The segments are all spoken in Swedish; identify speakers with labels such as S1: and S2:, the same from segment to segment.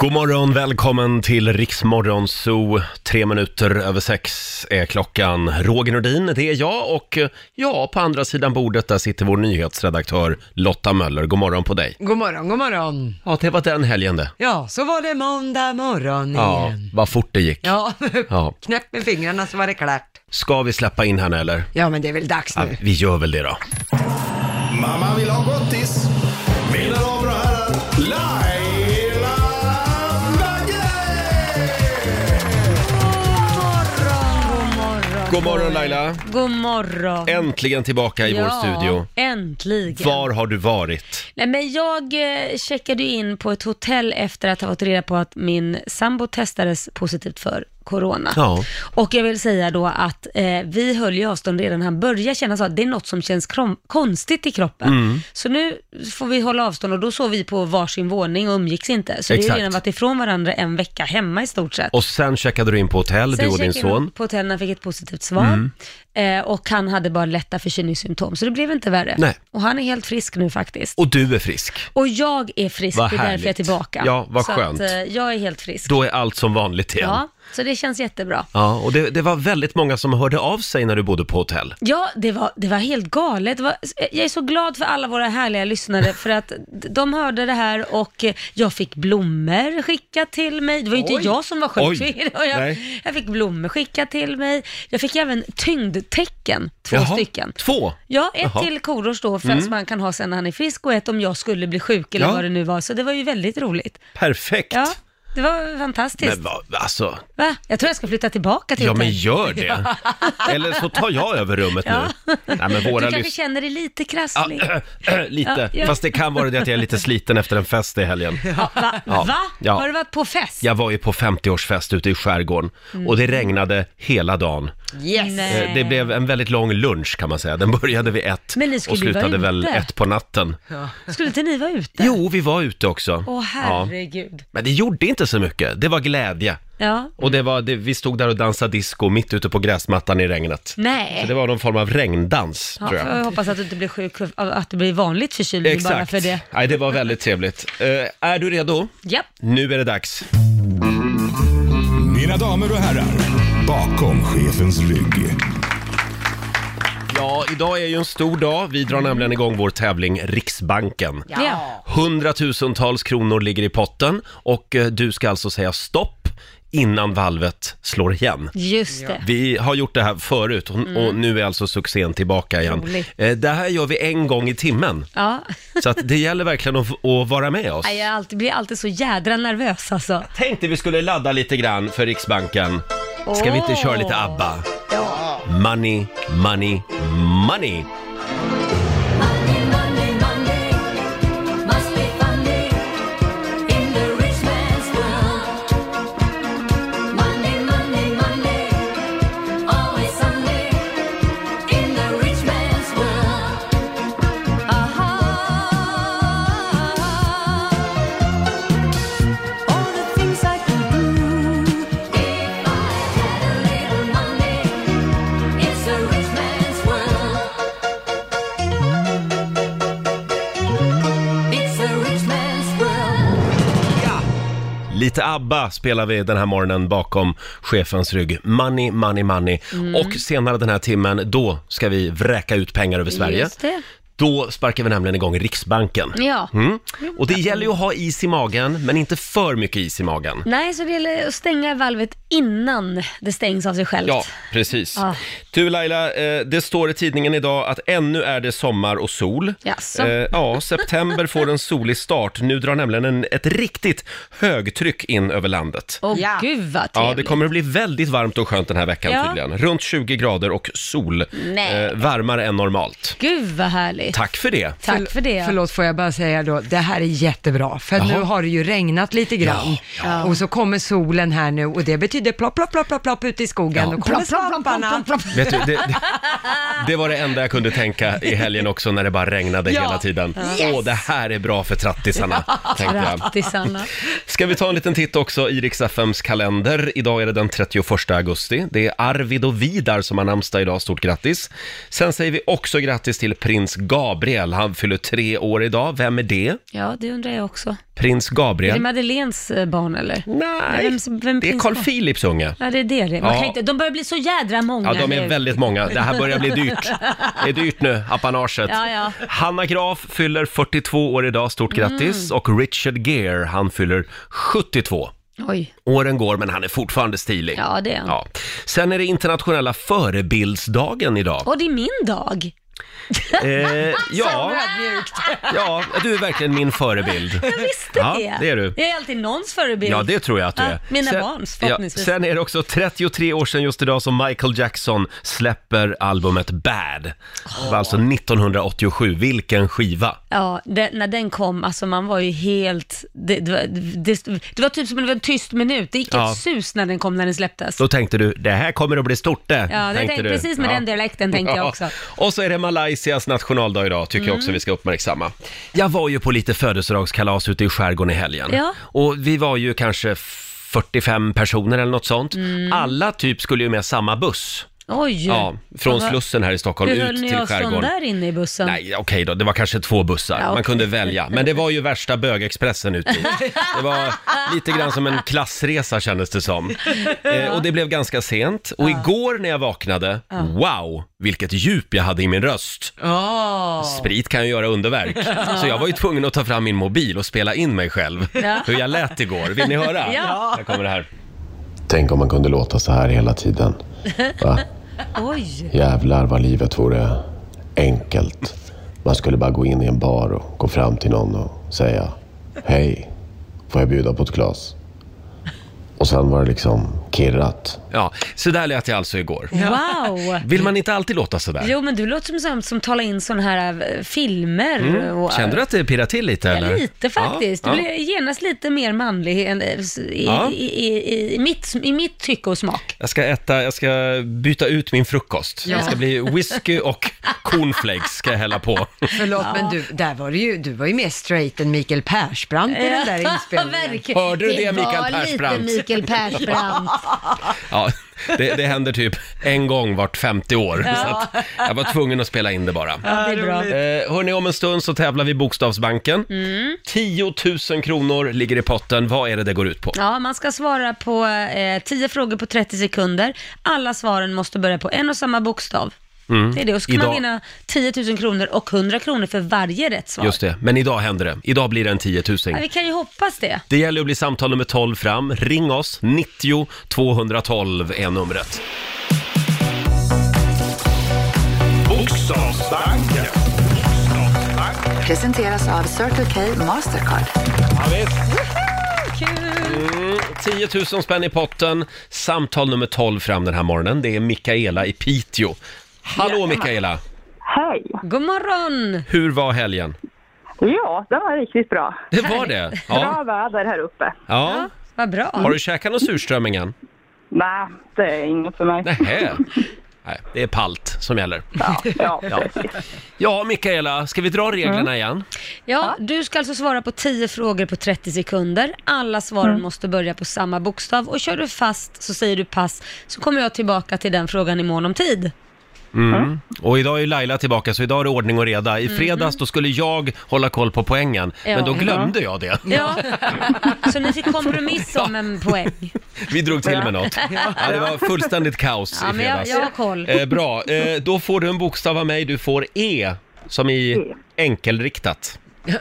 S1: God morgon, välkommen till Riksmorgon Zoo. Tre minuter över sex är klockan. Roger Nordin, det är jag och eh, ja, på andra sidan bordet där sitter vår nyhetsredaktör Lotta Möller. God morgon på dig.
S2: God morgon, god morgon.
S1: Ja, det var den helgen det.
S2: Ja, så var det måndag morgon
S1: Ja,
S2: igen.
S1: vad fort det gick.
S2: Ja,
S1: Ja.
S2: knäpp med fingrarna så var det klart.
S1: Ska vi släppa in henne eller?
S2: Ja, men det är väl dags
S1: Ja,
S2: nu.
S1: vi gör väl det då.
S3: Mamma vill ha gottis. Mina damer och herrar, Laila Bagge!
S1: God morgon Laila,
S4: God morgon.
S1: äntligen tillbaka i vår studio.
S4: Äntligen.
S1: Var har du varit?
S4: Nej, men jag eh, checkade ju in på ett hotell efter att ha fått reda på att min sambo testades positivt för corona.
S1: Ja.
S4: Och jag vill säga då att eh, vi höll ju avstånd redan när han började känna så att det är något som känns krom- konstigt i kroppen.
S1: Mm.
S4: Så nu får vi hålla avstånd och då sov vi på varsin våning och umgicks inte. Så vi har
S1: Exakt.
S4: ju redan varit ifrån varandra en vecka hemma i stort sett.
S1: Och sen checkade du in på hotell, du och din
S4: checkade jag in
S1: son. Mm.
S4: på hotellen och fick ett positivt svar. Eh, och han hade bara lätta förkylningssymptom, så det blev inte värre.
S1: Nej.
S4: Och han är helt frisk nu faktiskt.
S1: Och du är frisk.
S4: Och jag är frisk,
S1: Vad
S4: det är därför jag är
S1: härligt.
S4: tillbaka.
S1: Ja, vad
S4: så
S1: skönt.
S4: Att, eh, jag är helt frisk.
S1: Då är allt som vanligt igen.
S4: Ja, så det känns jättebra.
S1: Ja, och det, det var väldigt många som hörde av sig när du bodde på hotell.
S4: Ja, det var, det var helt galet. Det var, eh, jag är så glad för alla våra härliga lyssnare för att de hörde det här och eh, jag fick blommor skickat till mig. Det var ju inte
S1: Oj.
S4: jag som var sjuk.
S1: Oj.
S4: Jag,
S1: Nej.
S4: jag fick blommor skickat till mig. Jag fick även tyngdtecken, två
S1: Jaha,
S4: stycken.
S1: Två?
S4: Ja, ett
S1: Jaha. Mm.
S4: till Korosh då, för som man kan ha sen när han är frisk och ett om jag skulle bli sjuk eller
S1: Ja.
S4: vad det nu var. Så det var ju väldigt roligt.
S1: Perfekt!
S4: Ja, det var fantastiskt.
S1: Men vad, alltså,
S4: Va? Jag tror jag ska flytta tillbaka till
S1: ja men
S4: hotell.
S1: gör det! Eller så tar jag över rummet nu. Nej men
S4: Du
S1: våra Ah.
S4: kanske
S1: lyssnare...
S4: känner dig lite krasslig.
S1: lite,
S4: Ja, ja.
S1: fast det kan vara det att jag är lite sliten efter en fest i helgen.
S4: Ja, va?
S1: Ja.
S4: va?
S1: Ja.
S4: Har du varit på fest?
S1: Jag var ju på 50-årsfest ute i skärgården
S4: Mm.
S1: och det regnade hela dagen.
S2: Yes.
S4: Nej.
S1: Eh, Det blev en väldigt lång lunch kan man säga. Den började vid ett
S4: Men ni
S1: och
S4: skulle ju vara
S1: slutade
S4: ute.
S1: väl ett på natten.
S4: Skulle inte ni vara ute?
S1: Jo, vi var ute också.
S4: Åh
S1: Ja.
S4: herregud.
S1: Men det gjorde inte så mycket. Det var glädje.
S4: Ja.
S1: Och det var, det, vi stod där och dansade disco mitt ute på gräsmattan i regnet.
S4: Nej.
S1: Så det var någon form av regndans,
S4: Ja,
S1: tror jag.
S4: jag hoppas att du inte blir sjuk, av- att du blir vanligt förkyld bara
S1: Exakt.
S4: för det.
S1: Nej, det var väldigt trevligt. Eh, är du redo?
S4: Ja.
S1: Nu är det dags.
S3: Mina damer och herrar, bakom chefens rygg.
S1: Ja, idag är ju en stor dag. Vi drar nämligen igång vår tävling Riksbanken.
S4: Ja.
S1: Hundratusentals kronor ligger i potten och eh, du ska alltså säga stopp innan valvet slår igen.
S4: Just det.
S1: Vi har gjort det här förut och, och nu är alltså succén tillbaka igen.
S4: Mm. Roligt.
S1: Eh, Det här gör vi en gång i timmen.
S4: Ja.
S1: Så att det gäller verkligen att, att vara med oss.
S4: Nej, Jag är alltid, blir alltid så jädra nervös alltså.
S1: Tänkte vi skulle ladda lite grann för Riksbanken. Ska vi inte
S4: Åh.
S1: köra lite ABBA?
S4: Ja.
S1: Money, money, money.
S5: It's a rich man's world. It's a rich man's world.
S1: Lite ABBA spelar vi den här morgonen bakom chefens rygg. Money, money, money.
S4: Mm.
S1: Och senare den här timmen, då ska vi vräka ut pengar över Sverige.
S4: Just det.
S1: Då sparkar vi nämligen igång Riksbanken.
S4: Ja.
S1: Mm. Och det gäller ju att ha is i magen, men inte för mycket is i magen.
S4: Nej, så det gäller att stänga valvet innan det stängs av sig självt.
S1: Ja, precis.
S4: Ja.
S1: Du Laila, eh, det står i tidningen idag att ännu är det sommar och sol.
S4: Jaså?
S1: Eh, Ja, september får en solig start. Nu drar nämligen en, ett riktigt högtryck in över landet.
S4: Åh
S2: Ja.
S4: gud vad
S1: Ja,
S4: trevligt.
S1: det kommer att bli väldigt varmt och skönt den här veckan
S4: Ja.
S1: tydligen. Runt 20 grader och sol. eh,
S4: Nej.
S1: varmare än normalt.
S4: Gud vad härligt.
S1: Tack för det.
S4: Tack för det.
S2: Förlåt, får jag bara säga då, det här är jättebra, för nu har det ju regnat lite grann. Och så kommer solen här nu och det betyder plopp, plopp, plopp, plopp, plopp ute i skogen.
S1: Ja.
S2: Då kommer svamparna.
S1: Vet du, det, det, det var det enda jag kunde tänka i helgen också när det bara regnade
S2: Ja.
S1: hela tiden. Åh, det här är bra för trattisarna, tänkte jag.
S4: Trattisarna.
S1: Ska vi ta en liten titt också i Rix FMs kalender. Idag är det den 31 augusti. Det är Arvid och Vidar som har namnsdag idag. Stort grattis! Sen säger vi också grattis till prins Ga- Gabriel, han fyller tre år idag. Vem är det?
S4: Ja, det undrar jag också.
S1: Prins
S4: Är det
S1: Gabriel?
S4: Madeleines eh, barn eller?
S1: Nej,
S4: Vem- vem
S1: det är
S4: prins
S1: Carl
S4: Gabriel?
S1: Philips unge.
S4: Ja, det är det det. Man
S1: Ja.
S4: kan inte, de börjar bli så jädra många
S1: Ja, de är
S4: nu.
S1: väldigt många. Det här börjar bli dyrt. Det är dyrt nu, apanaget.
S4: Ja, ja.
S1: Hanna Graf fyller 42 år idag, stort grattis.
S4: Mm.
S1: Och Richard Gere, han fyller 72.
S4: Oj,
S1: Åren går, men han är fortfarande stilig.
S4: ja det är han.
S1: Ja. Sen är det internationella förebildsdagen idag.
S4: Och det är min dag.
S1: Eh, ja,
S2: Ödmjukt.
S1: ja, du är verkligen min förebild.
S4: Jag visste
S1: Ja,
S4: det.
S1: det är du.
S4: Jag är alltid någons förebild.
S1: Ja, det tror jag att du
S4: Ja,
S1: är.
S4: mina barns, förhoppningsvis.
S1: sen är det också 33 år sedan just idag som Michael Jackson släpper albumet Bad. Det var alltså 1987. Vilken skiva!
S4: Ja, det, när den kom, alltså man var ju helt... Det, det, var- det, det var typ som en tyst minut. Det gick
S1: Ja.
S4: ett sus när den kom, när den släpptes.
S1: Då tänkte du, det här kommer att bli stort det.
S4: Ja, det tänkte,
S1: du.
S4: precis med
S1: Ja.
S4: den dialekten tänkte jag också. Mm.
S1: Och så är det Malaysias nationaldag idag, tycker jag också vi ska uppmärksamma. Jag var ju på lite födelsedagskalas ute i skärgården i helgen.
S4: Ja.
S1: Och vi var ju kanske 45 personer eller något sånt.
S4: Mm.
S1: Alla typ skulle ju med samma buss.
S4: Oj!
S1: Ja, från
S4: Vad-
S1: Slussen här i Stockholm
S4: Hur höll
S1: ut
S4: ni
S1: till
S4: avstånd
S1: skärgården.
S4: där inne i bussen?
S1: Nej, okej då, det var kanske två bussar.
S4: Ja,
S1: Man
S4: okej.
S1: kunde välja. Men det var ju värsta bögexpressen ute i. Det var lite grann som en klassresa kändes det som. Eh, och det blev ganska sent. Och igår när jag vaknade, wow, vilket djup jag hade i min röst. Sprit kan ju göra underverk. Så jag var ju tvungen att ta fram min mobil och spela in mig själv.
S4: Ja.
S1: Hur jag lät igår. Vill ni höra?
S4: Ja.
S1: Här kommer det här.
S6: Tänk om man kunde låta så här hela tiden. Va?
S4: Oj!
S6: Jävlar vad livet vore enkelt. Man skulle bara gå in i en bar och gå fram till någon och säga Hej, får jag bjuda på ett glas? Och sen var det liksom kirrat.
S1: Ja, så där lät jag alltså igår.
S4: Wow!
S1: Vill man inte alltid låta sådär?
S4: Jo, men du låter som sån som talar in sådana här eh, filmer. och,
S1: Mm. Kände du att det pirrade till lite?
S4: Ja,
S1: eller?
S4: lite faktiskt.
S1: Ja,
S4: Du
S1: ja.
S4: blir genast lite mer manlig än, eh, s- i,
S1: Ja.
S4: i, i, i, i, mitt, i mitt tycke och smak.
S1: Jag ska äta, jag ska byta ut min frukost. Jag ska bli whisky och cornflakes ska jag hälla på.
S2: Förlåt, men du, där var du, ju, du var ju mer straight än Mikael Persbrandt i den där inspelningen.
S4: Verkligen.
S1: Hörde du det, Mikael Persbrandt?
S7: lite Mikael Persbrandt.
S1: Ja, det, det händer typ en gång vart 50 år. Så att jag var tvungen att spela in det bara.
S4: Det är bra.
S1: Eh, hörni, om en stund så tävlar vi i Bokstavsbanken.
S4: Mm.
S1: 10 000 kronor ligger i potten. Vad är det det går ut på?
S4: Ja, man ska svara på eh, 10 frågor på 30 sekunder. Alla svaren måste börja på en och samma bokstav. Det är det. Och så kan
S1: Mm. Idag-
S4: man vinna 10 000 kronor och 100 kronor för varje rätt svar.
S1: Just det, men idag händer det. Idag blir det en 10 000.
S4: Ja, vi kan ju hoppas det.
S1: Det gäller att bli samtal nummer 12 fram. Ring oss, 90 212 är numret.
S3: Bokstavsbanken.
S8: Presenteras av Circle K Mastercard.
S4: Kul!
S1: 10 000 spänn i potten. Samtal nummer 12 fram den här morgonen. Det är Mikaela i Piteå. Hallå Mikaela!
S9: Hej!
S4: God morgon!
S1: Hur var helgen?
S9: Ja, det var riktigt bra.
S1: Det var det?
S9: Bra
S1: Ja.
S9: väder här uppe.
S1: ja.
S4: Vad bra.
S1: Har du käkat någon surströmming än?
S9: Nej, det är inget för mig.
S1: Nähä. Nej, det är palt som gäller.
S9: Ja, precis.
S1: Ja, Mikaela, ska vi dra
S4: Mm.
S1: reglerna igen?
S4: Ja, du ska alltså svara på 10 frågor på 30 sekunder. Alla svaren måste börja på samma bokstav och kör du fast så säger du pass så kommer jag tillbaka till den frågan i mån om tid.
S1: Och idag är ju Laila tillbaka, så idag är det ordning och reda. I fredags då skulle jag hålla koll på poängen, men
S4: Mhm. Ja.
S1: då glömde jag det.
S4: Ja. Så ni fick kompromiss om en poäng.
S1: Vi drog till med något. Ja, det var fullständigt kaos
S4: Ja,
S1: i
S4: men jag,
S1: fredags.
S4: jag har koll.
S1: Eh, bra, eh, då får du en bokstav av mig. Du får E, som i enkelriktat.
S4: Ja,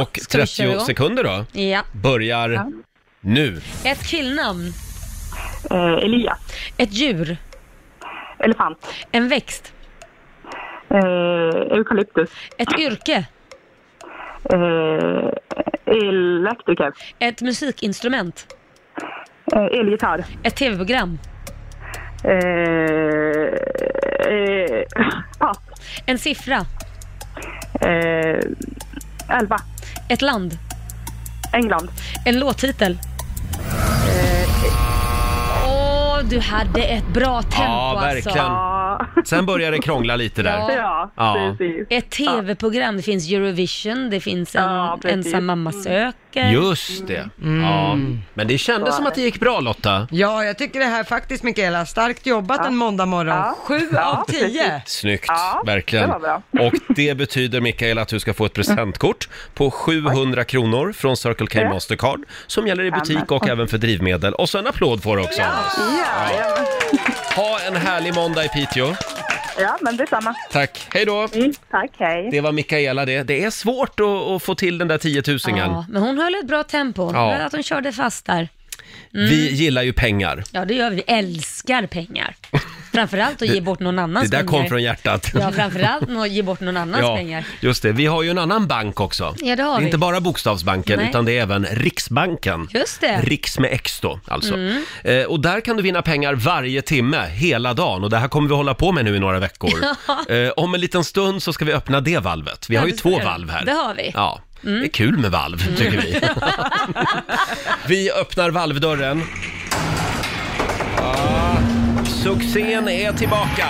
S1: Och
S4: ska vi köra
S1: 30
S4: igång?
S1: sekunder då
S4: Ja.
S1: börjar nu.
S4: Ett killnamn,
S9: Eh, Elias,
S4: ett djur,
S9: elefant,
S4: en växt,
S9: eh, eukalyptus,
S1: Ah.
S4: ett yrke,
S9: eh, elektriker,
S4: ett musikinstrument,
S9: eh, elgitarr,
S4: ett tv-program,
S9: eh, eh, pass,
S4: en siffra,
S9: eh, elva,
S4: ett land,
S9: England,
S4: en låttitel. Åh, du hade ett bra tempo
S1: Eh. Ja, verkligen.
S4: alltså.
S9: ja,
S1: Sen börjar det krångla lite där.
S9: ja,
S1: Ja.
S9: precis.
S4: Ett tv-program, det finns Eurovision, det finns en
S9: Ja, precis.
S4: ensam mamma sök, saker.
S1: Mm. Just det. Ja. Men det kändes som att det gick bra Lotta.
S2: Ja, jag tycker det här faktiskt Mikaela, starkt jobbat en måndag morgon.
S9: Ja.
S2: Sju
S9: Ja,
S2: av tio.
S1: Snyggt,
S9: Ja,
S1: verkligen.
S9: det var bra.
S1: Och det betyder Mikael att du ska få ett presentkort på 700 kronor från Circle K Mastercard som gäller i butik och även för drivmedel. Och så en applåd får du också av oss.
S9: Ja, ja,
S1: Ha en härlig måndag i Piteå.
S9: ja men detsamma. Mm,
S1: Tack, hej då!
S9: Tack, hej.
S1: Det var Mikaela det. Det är svårt att, att få till den där tiotusingen.
S4: Ja, men hon höll ett bra tempo.
S1: Ja.
S4: Att hon körde fast där. Mm.
S1: Vi gillar ju pengar.
S4: Ja, det gör vi. Vi älskar pengar. Framförallt att ge bort någon annans
S1: Det där kom
S4: pengar.
S1: från hjärtat.
S4: Ja, framförallt att ge bort någon annans pengar.
S1: just det. Vi har ju en annan bank också.
S4: Ja, det har vi.
S1: inte bara Bokstavsbanken,
S4: Nej.
S1: utan det är även Riksbanken.
S4: Just det. Mm.
S1: Riks med X då, alltså. Eh, och där kan du vinna pengar varje timme, hela dagen. Och det här kommer vi hålla på med nu i några veckor. Eh, om en liten stund så ska vi öppna det valvet. Vi har ju
S4: det
S1: två
S4: ser.
S1: valv här.
S4: Det har vi. Mm.
S1: Ja. Det är kul med valv, tycker vi. vi öppnar valvdörren. Ja, succén är tillbaka.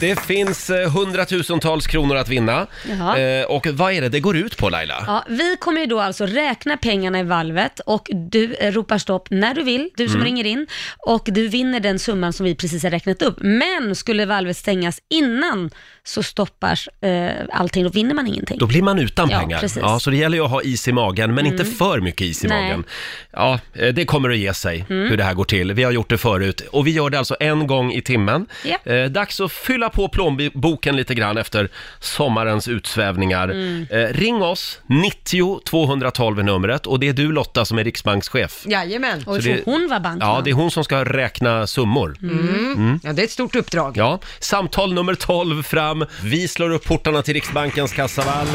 S1: Det finns eh, hundratusentals kronor att vinna.
S4: Jaha.
S1: Eh, och vad är det det går ut på Laila?
S4: Ja, vi kommer ju då alltså räkna pengarna i valvet och du eh, ropar stopp när du vill, du
S1: Mm.
S4: som ringer in, och du vinner den summan som vi precis har räknat upp. Men skulle valvet stängas innan så stoppas eh, allting, då vinner man ingenting.
S1: Då blir man utan
S4: Ja,
S1: pengar.
S4: precis. Mm.
S1: Ja, så det gäller ju att ha is i magen, men inte för mycket is i
S4: Nej. Mm.
S1: magen. Ja, eh, det kommer att ge sig hur det här går till. Vi har gjort det förut och vi gör det alltså en gång i timmen.
S4: Ja.
S1: Eh, dags att fylla på plånboken lite grann efter sommarens utsvävningar.
S4: Mm.
S1: Eh, ring oss, 90 212 är numret och det är du Lotta som är riksbankschef.
S2: Jajamän.
S4: Och
S1: Så det-
S4: det... hon var bankman.
S1: Ja, det är hon som ska räkna summor.
S4: Mm.
S2: Ja, det är ett stort uppdrag.
S1: Mm. Ja, samtal nummer 12 fram. Vi slår upp portarna till Riksbankens kassavalv.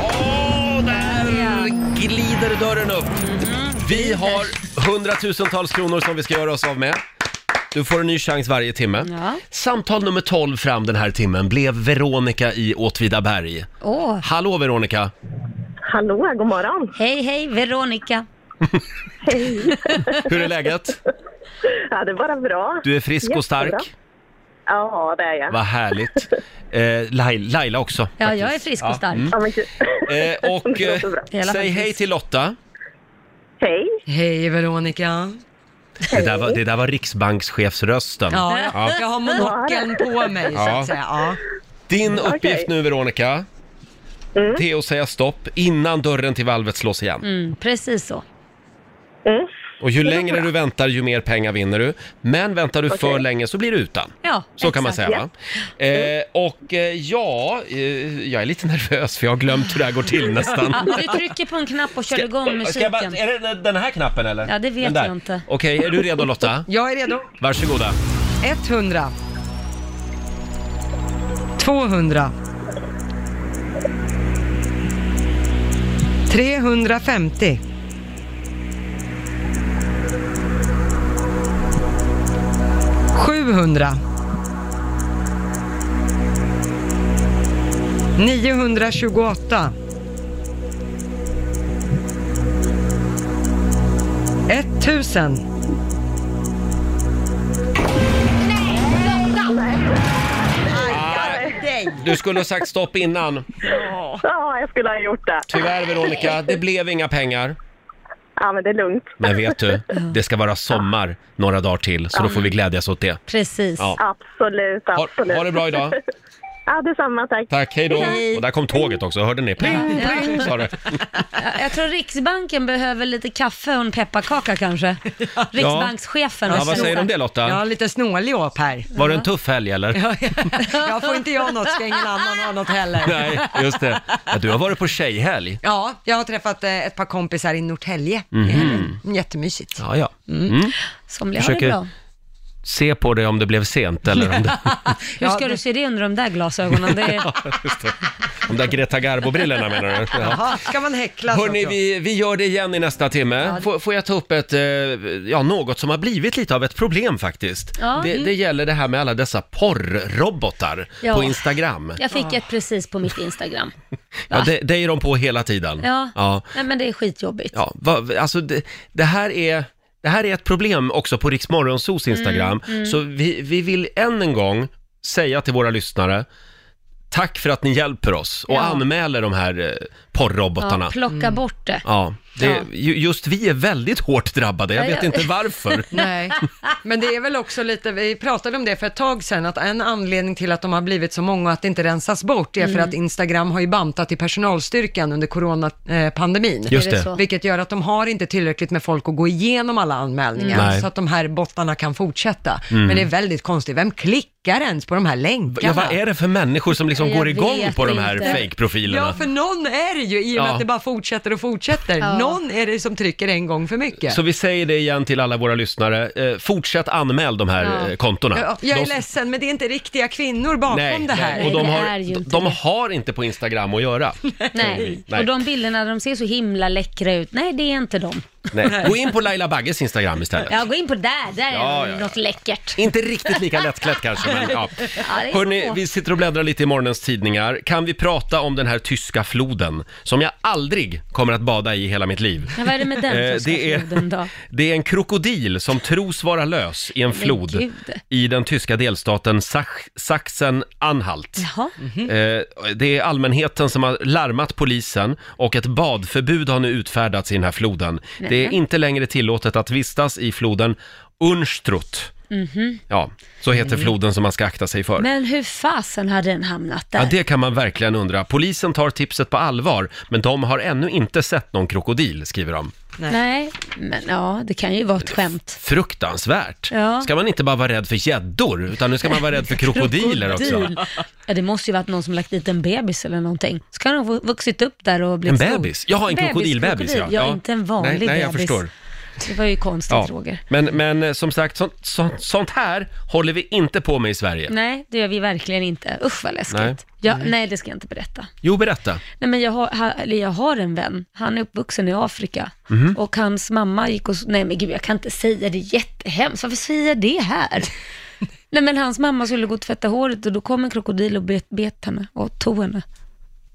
S1: Åh, där glider dörren upp.
S4: Mm-hmm.
S1: Vi har hundratusentals kronor som vi ska göra oss av med. Du får en ny chans varje timme.
S4: Ja.
S1: Samtal nummer 12 fram den här timmen blev Veronica i Åtvidaberg.
S4: Åh,
S1: Hallå Veronica!
S9: Hallå, god morgon.
S4: hej hej Veronica.
S1: Hur är läget?
S9: Ja, det var bra.
S1: Du är frisk och
S9: Jättebra.
S1: stark.
S9: Ja, det är jag.
S1: Vad härligt. Eh, Lai- Laila också.
S4: Ja,
S1: faktiskt.
S4: jag är frisk
S1: Ja, Mm.
S4: och stark.
S9: Ja, men gud.
S1: Eh, och
S9: Det
S1: eh,
S9: låter bra.
S4: Hela
S1: säg hej
S4: faktiskt.
S1: till Lotta.
S9: Hej.
S2: Hej Veronica.
S1: Det där var, det där var riksbankschefsrösten.
S2: Ja, jag, jag har monokeln på mig så
S1: Ja.
S2: att säga. Ja.
S1: Din uppgift
S9: Mm, Okej. Mm.
S1: nu Veronica, det är att säga stopp innan dörren till valvet slås igen.
S4: Mm, precis så.
S9: Mm.
S1: Och ju längre du väntar ju mer pengar vinner du. Men väntar du för länge så blir du utan.
S4: Ja,
S1: Så kan man
S4: exakt.
S1: säga va? Eh, och eh, ja, eh, jag är lite nervös för jag har glömt hur det här går till nästan.
S4: Ja, men du trycker på en knapp och kör igång musiken.
S1: Ska jag bara, är det den här knappen eller?
S4: Ja, det vet
S1: Den där.
S4: jag inte.
S1: Okej, är du redo Lotta?
S2: Jag är redo.
S1: Varsågoda.
S2: 100. 200. 350. 700. 928. 1000.
S1: Du skulle ha sagt stopp innan.
S9: Ja, jag skulle ha gjort det.
S1: Tyvärr Veronica, det blev inga pengar.
S9: Ja, men det är lugnt.
S1: Men vet du, det ska vara sommar några dagar till, så då får vi glädjas åt det.
S4: Precis.
S1: Ja.
S9: Absolut, absolut.
S1: Ha, ha det bra idag.
S9: Ja, detsamma. Tack.
S1: Tack, hej då.
S4: Hej.
S1: Och där kom tåget också, hörde ni? Pling, pling, sa det.
S4: Ja, Jag tror Riksbanken behöver lite kaffe och en pepparkaka kanske. Riksbankschefen.
S1: Ja, vad säger du om det
S2: Jag
S1: Lotta?
S2: har lite snålig åp här.
S1: Var det en tuff helg eller?
S2: Ja, får inte jag något ska ingen annan ha något heller.
S1: Nej, just det. Ja, du har varit på tjejhelg.
S2: Ja, jag har träffat eh, ett par kompisar i Norrtälje i
S1: Mhm.
S2: helgen. Jättemysigt.
S1: Ja, ja.
S4: Somliga
S1: Försöker-
S4: har det bra.
S1: Se på det om det blev sent eller om det,
S4: Hur ska
S2: Ja,
S4: du se det under de där glasögonen? Det är...
S1: om det där Greta Garbo-brillorna menar du? Ja.
S2: Jaha, ska man häcklas
S4: Alltså,
S1: Hörni,
S2: också?
S1: vi, vi gör det igen i nästa timme. Får, får jag ta upp ett, eh, ja, något som har blivit lite av ett problem faktiskt.
S4: Ja.
S1: Det, det gäller det här med alla dessa porrrobotar
S4: Ja.
S1: på Instagram. Ja,
S4: Jag fick ett precis på mitt Instagram.
S1: det, det är de på hela tiden.
S4: Ja,
S1: ja.
S4: Nej, men det är skitjobbigt.
S1: ja. Va, alltså det, det här är... Det här är ett problem också på
S4: Mm,
S1: Riksmorgonsos Instagram, så vi, vi vill än en gång säga till våra lyssnare, Tack för att ni hjälper oss och
S4: Ja.
S1: anmäler de här eh, porrrobotarna.
S4: Ja, plocka bort det.
S1: Mm. Ja, det,
S4: Ja.
S1: ju- just vi är väldigt hårt drabbade. Jag
S4: Ja,
S1: vet
S4: ja.
S1: inte varför.
S2: Nej, men det är väl också lite, vi pratade om det för ett tag sedan, att en anledning till att de har blivit så många och att det inte rensas bort är för att Instagram har ju bantat i personalstyrkan under coronapandemin.
S1: Just
S4: Är det
S1: det.
S4: så?
S2: Vilket gör att de har inte tillräckligt med folk att gå igenom alla anmälningar,
S1: Mm. Nej. Mm.
S2: så att de här bottarna kan fortsätta. Men det är väldigt konstigt, vem klickar ens på de här
S1: Ja,
S2: länkarna?
S1: vad är det för människor som liksom
S4: Jag
S1: går igång
S4: vet
S1: på de här
S4: inte.
S1: fejkprofilerna?
S2: Ja, för någon är det ju i och med
S1: Ja.
S2: att det bara fortsätter och fortsätter.
S4: Ja.
S2: Någon är det som trycker en gång för mycket.
S1: Så vi säger det igen till alla våra lyssnare. Eh, fortsätt anmäl de här
S4: Ja.
S1: eh, kontona.
S2: Ja, jag är
S1: De-
S2: ledsen, men det är inte riktiga kvinnor bakom
S1: Nej,
S2: det här.
S1: nej, och de,
S4: Nej, det
S1: har,
S4: är ju inte
S1: de
S4: det.
S1: har inte på Instagram att göra.
S4: Nej.
S1: Nej.
S4: Och de bilderna, de ser så himla läckra ut. Nej, det är inte de.
S1: Nej. Gå in på Laila Bagges Instagram istället.
S4: Ja, gå in på där, där
S1: Ja, ja,
S4: är
S1: ja.
S4: något läckert.
S1: Inte riktigt lika lättklätt kanske, men ja.
S4: det är
S1: Hörni,
S4: så.
S1: vi sitter och bläddrar lite i morgonens tidningar. Kan vi prata om den här tyska floden som jag aldrig kommer att bada i hela mitt liv?
S4: Men vad är det med den
S1: Eh,
S4: tyska
S1: det,
S4: floden då?
S1: är, det är en krokodil som tros vara lös i en flod
S4: gud.
S1: i den tyska delstaten Sach- Sachsen-Anhalt.
S4: Jaha.
S1: Eh, Det är allmänheten som har larmat polisen och ett badförbud har nu utfärdats i den här floden. Det är inte längre tillåtet att vistas i floden Unstrut. Ja, så heter floden som man ska akta sig för.
S4: Mhm. Mm. Men hur fasen har den hamnat där?
S1: Ja, det kan man verkligen undra. Polisen tar tipset på allvar, men de har ännu inte sett någon krokodil, skriver de.
S4: Nej, men ja, det kan ju vara ett skämt.
S1: Fruktansvärt!
S4: Ja.
S1: Ska man inte bara vara rädd för gäddor, utan nu ska man vara rädd för krokodiler också.
S4: Krokodil. Ja, det måste ju varit någon som lagt dit en bebis eller någonting. Så kan de ha vuxit upp där och
S1: En
S4: blivit stor.
S1: bebis? Jaha, en
S4: Bebis,
S1: krokodilbebis ja.
S4: krokodil. Ja, inte en vanlig
S1: nej, nej, jag
S4: bebis.
S1: förstår.
S4: Det var ju konstigt,
S1: Ja.
S4: Roger.
S1: Men, men eh, som sagt, sånt, sånt, sånt här håller vi inte på med i Sverige.
S4: Nej, det gör vi verkligen inte. Usch vad läskigt.
S1: Nej.
S4: Nej, ja, nej det ska jag inte berätta.
S1: Jo, berätta.
S4: Nej, men jag har, ha- eller jag har en vän, han är uppvuxen i Afrika
S1: Mhm.
S4: och hans mamma gick och, s- nej men gud jag kan inte säga det, är jättehemskt, varför säger jag det här? nej men hans mamma skulle gå och tvätta håret och då kom en krokodil och bet, bet henne och tog henne.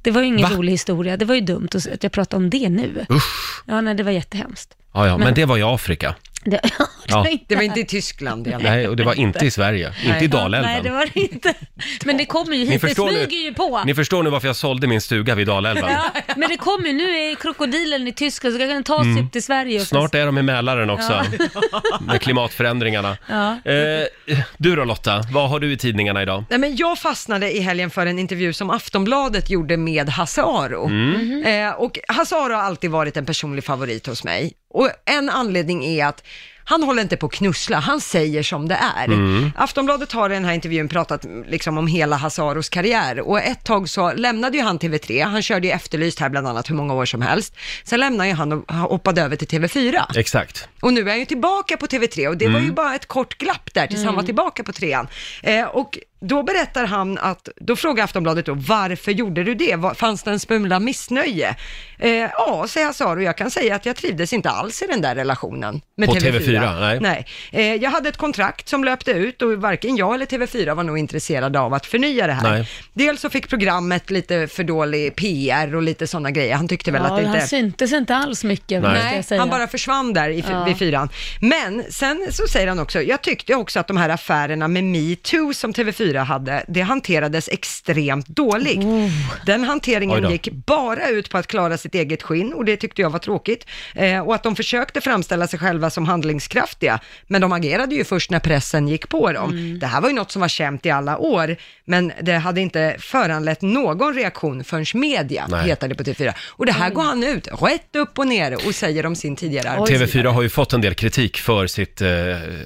S4: Det var ju ingen
S1: Va?
S4: rolig historia, det var ju dumt att, s- att jag pratar om det nu.
S1: Usch.
S4: Ja, nej det var jättehemskt.
S1: Ja, ja, men
S4: Men-
S1: det var i Afrika.
S4: Det,
S1: Ja.
S4: inte
S2: Det var inte i Tyskland i alla fall.
S1: Nej, och det var inte i Sverige. Inte i Dalälven.
S4: Nej, det var det inte. Men det kommer ju hit, det smyger ju på.
S1: ni förstår nu varför jag sålde min stuga vid Dalälven.
S4: Ja, men det kommer ju, nu är krokodilen i Tyskland så kan den ta sig upp till Sverige. Och
S1: Mm. Snart är de i Mälaren också, med klimatförändringarna. Eh, du då Lotta, vad har du i tidningarna idag?
S2: Nej, men jag fastnade i helgen för en intervju som Aftonbladet gjorde med Hasse Aro. Eh, och Hasse Aro har alltid varit en personlig favorit hos mig. Och en anledning är att han håller inte på att knussla, han säger som det är. Aftonbladet har i den här intervjun pratat liksom, om hela Hasse Aros karriär och ett tag så lämnade ju han TV3, han körde ju Efterlyst här bland annat hur många år som helst. Sen lämnade ju han och hoppade över till TV4.
S1: Exakt.
S2: Och nu är han ju tillbaka på TV3 och det
S1: Mm.
S2: var ju bara ett kort glapp där tills han var tillbaka på trean. Eh, och då berättar han att, då frågar Aftonbladet då, varför gjorde du det? Var, fanns det en smula missnöje? Eh, ja, säger Hasse jag kan säga att jag trivdes inte alls i den där relationen med
S1: På
S2: TV4.
S1: TV4, nej.
S2: Nej, eh, jag hade ett kontrakt som löpte ut och varken jag eller TV4 var nog intresserade av att förnya det här.
S1: Nej.
S2: Dels så fick programmet lite för dålig PR och lite sådana grejer. Han tyckte väl
S4: Ja,
S2: att det inte...
S4: han syntes inte alls mycket,
S1: Nej.
S4: måste
S2: Nej,
S4: jag säga.
S2: han bara försvann där i,
S4: Ja.
S2: vid fyran. Men sen så säger han också, jag tyckte också att de här affärerna med metoo som TV4 hade, det hanterades extremt dåligt.
S4: Oh.
S2: Den
S1: Oj då.
S2: hanteringen gick bara ut på att klara sitt eget skinn och det tyckte jag var tråkigt. Eh, och att de försökte framställa sig själva som handlingskraftiga, men de agerade ju först när pressen gick på dem.
S4: Mm.
S2: Det här var ju något som var känt i alla år, men det hade inte föranlett någon reaktion förrän media
S1: Nej.
S2: petade på TV4. Och det här går han ut, rätt upp och ner och säger om sin tidigare arbetsgivare.
S1: TV4 har ju fått en del kritik för sitt eh,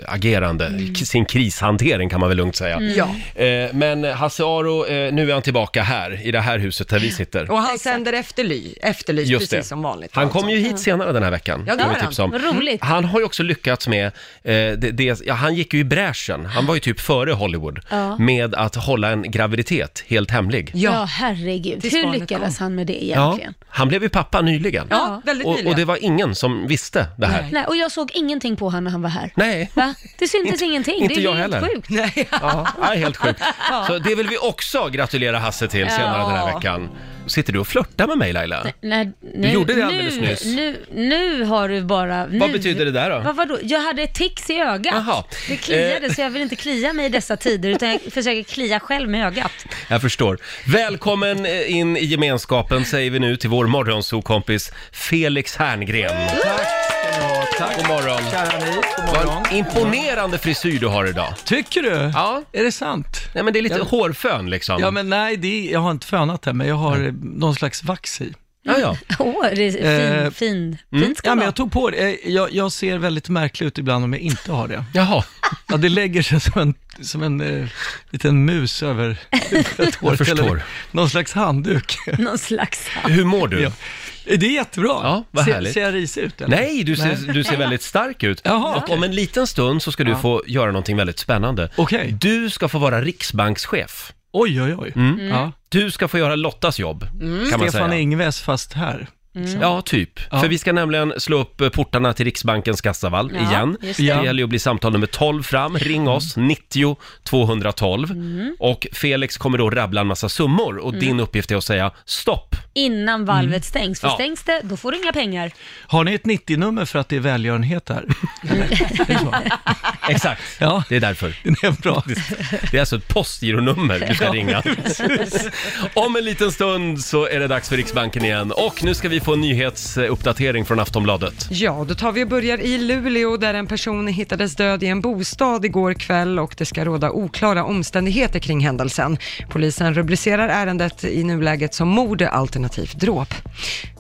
S1: agerande,
S4: Mm.
S1: k- sin krishantering kan man väl lugnt säga.
S2: Ja.
S1: Eh, men Hasse Aro, eh, nu är han tillbaka här, i det här huset där vi sitter.
S2: Och han sänder efterly, efterlyst
S1: Just
S2: precis
S1: det.
S2: som vanligt.
S1: Han
S2: alltså.
S1: kom ju hit senare den här veckan.
S2: Ja, det
S1: kan vi
S2: gör han.
S1: tipsa om.
S4: Vad roligt.
S1: Han har ju också lyckats med, eh, det, det, ja, han gick ju i bräschen, han var ju typ före Hollywood,
S4: Ja.
S1: med att hålla en graviditet helt hemlig.
S4: Ja,
S2: Ja,
S4: herregud.
S2: Tills
S4: Hur
S2: barnet
S4: lyckades
S2: kom.
S4: han med det egentligen?
S1: han blev ju pappa nyligen.
S2: ja väldigt
S1: och,
S2: nyligen.
S1: och det var ingen som visste det här.
S4: Nej, och jag såg ingenting på honom när han var här.
S1: Nej.
S4: Va? Det syntes
S1: Inte-
S4: ingenting.
S1: inte
S4: det är
S1: jag
S4: ju helt
S1: heller.
S4: sjukt.
S2: Nej,
S1: Ja, ja, helt sjukt. Så det vill vi också gratulera Hasse till senare den här veckan. Sitter du och flörtar med mig Laila?
S4: Nej, nu,
S1: gjorde det
S4: nu,
S1: alldeles nyss.
S4: Nu, nu har du bara... Nu,
S1: Vad betyder det där då?
S4: Vad, vadå? Jag hade ett tics i ögat.
S1: Jaha.
S4: Det kliade,
S1: Eh.
S4: så jag vill inte klia mig i dessa tider, utan jag försöker klia själv med ögat.
S1: Jag förstår. Välkommen eh, in i gemenskapen säger vi nu till vår morgonsokompis Felix Herngren.
S7: Tack ska ni ha. Tack.
S1: God morgon.
S7: Kära ni, god morgon.
S1: Vad en imponerande frisyr du har idag.
S7: Tycker du?
S1: Ja.
S7: Är det sant?
S1: Nej men det är lite
S7: Ja.
S1: hårfön liksom.
S7: Ja, men nej, det är, jag har inte fönat det, men jag har eh, någon slags vax i.
S1: ja, ja.
S4: Åh, det är fin,
S7: Eh.
S4: fin,
S1: mm.
S4: fint ska
S7: Ja,
S4: det
S7: men
S4: vara.
S7: jag tog på det. Eh, Jag, jag ser väldigt märklig ut ibland om jag inte har det.
S1: Jaha,
S7: Ja, det lägger sig som en, som en eh, liten mus över huvudet.
S1: Jag förstår.
S7: Eller Någon slags handduk.
S4: Någon slags...
S1: hur mår du?
S7: Ja. Det är jättebra.
S1: Ja, vad
S7: ser,
S1: härligt.
S7: ser jag risig ut? Eller?
S1: Nej, du ser, du ser väldigt stark ut.
S7: Jaha,
S1: och
S7: okej.
S1: om en liten stund så ska du få göra någonting väldigt spännande.
S7: Okej.
S1: Du ska få vara riksbankschef.
S7: Oj, oj, oj. Ja.
S1: Du ska få göra Lottas jobb, Mm. kan man
S7: Mm, Stefan
S1: säga.
S7: Ingves, fast här.
S1: Ja, typ. För vi ska nämligen slå upp eh, portarna till Riksbankens kassavalv
S4: Ja,
S1: igen.
S4: just
S1: Det Mm.
S4: det.
S1: gäller ju att bli samtal nummer 12 fram. Ring oss, 90 212. Och Felix kommer då rabbla en massa summor och din uppgift är att säga stopp.
S4: Innan valvet stängs. För
S1: Mm. Ja.
S4: stängs det, då får du inga pengar.
S7: Har ni ett 90-nummer för att det är välgörenhet här? Eller, är det så?
S1: Exakt.
S7: Ja.
S1: Det är därför.
S7: Det är bra.
S1: Det är alltså ett postgironummer du ska ringa. Om en liten stund så är det dags för Riksbanken igen. Och nu ska vi få en nyhetsuppdatering från Aftonbladet.
S2: Ja, då tar vi och börjar i Luleå där en person hittades död i en bostad igår kväll och det ska råda oklara omständigheter kring händelsen. Polisen rubricerar ärendet i nuläget som mord alternativt dråp.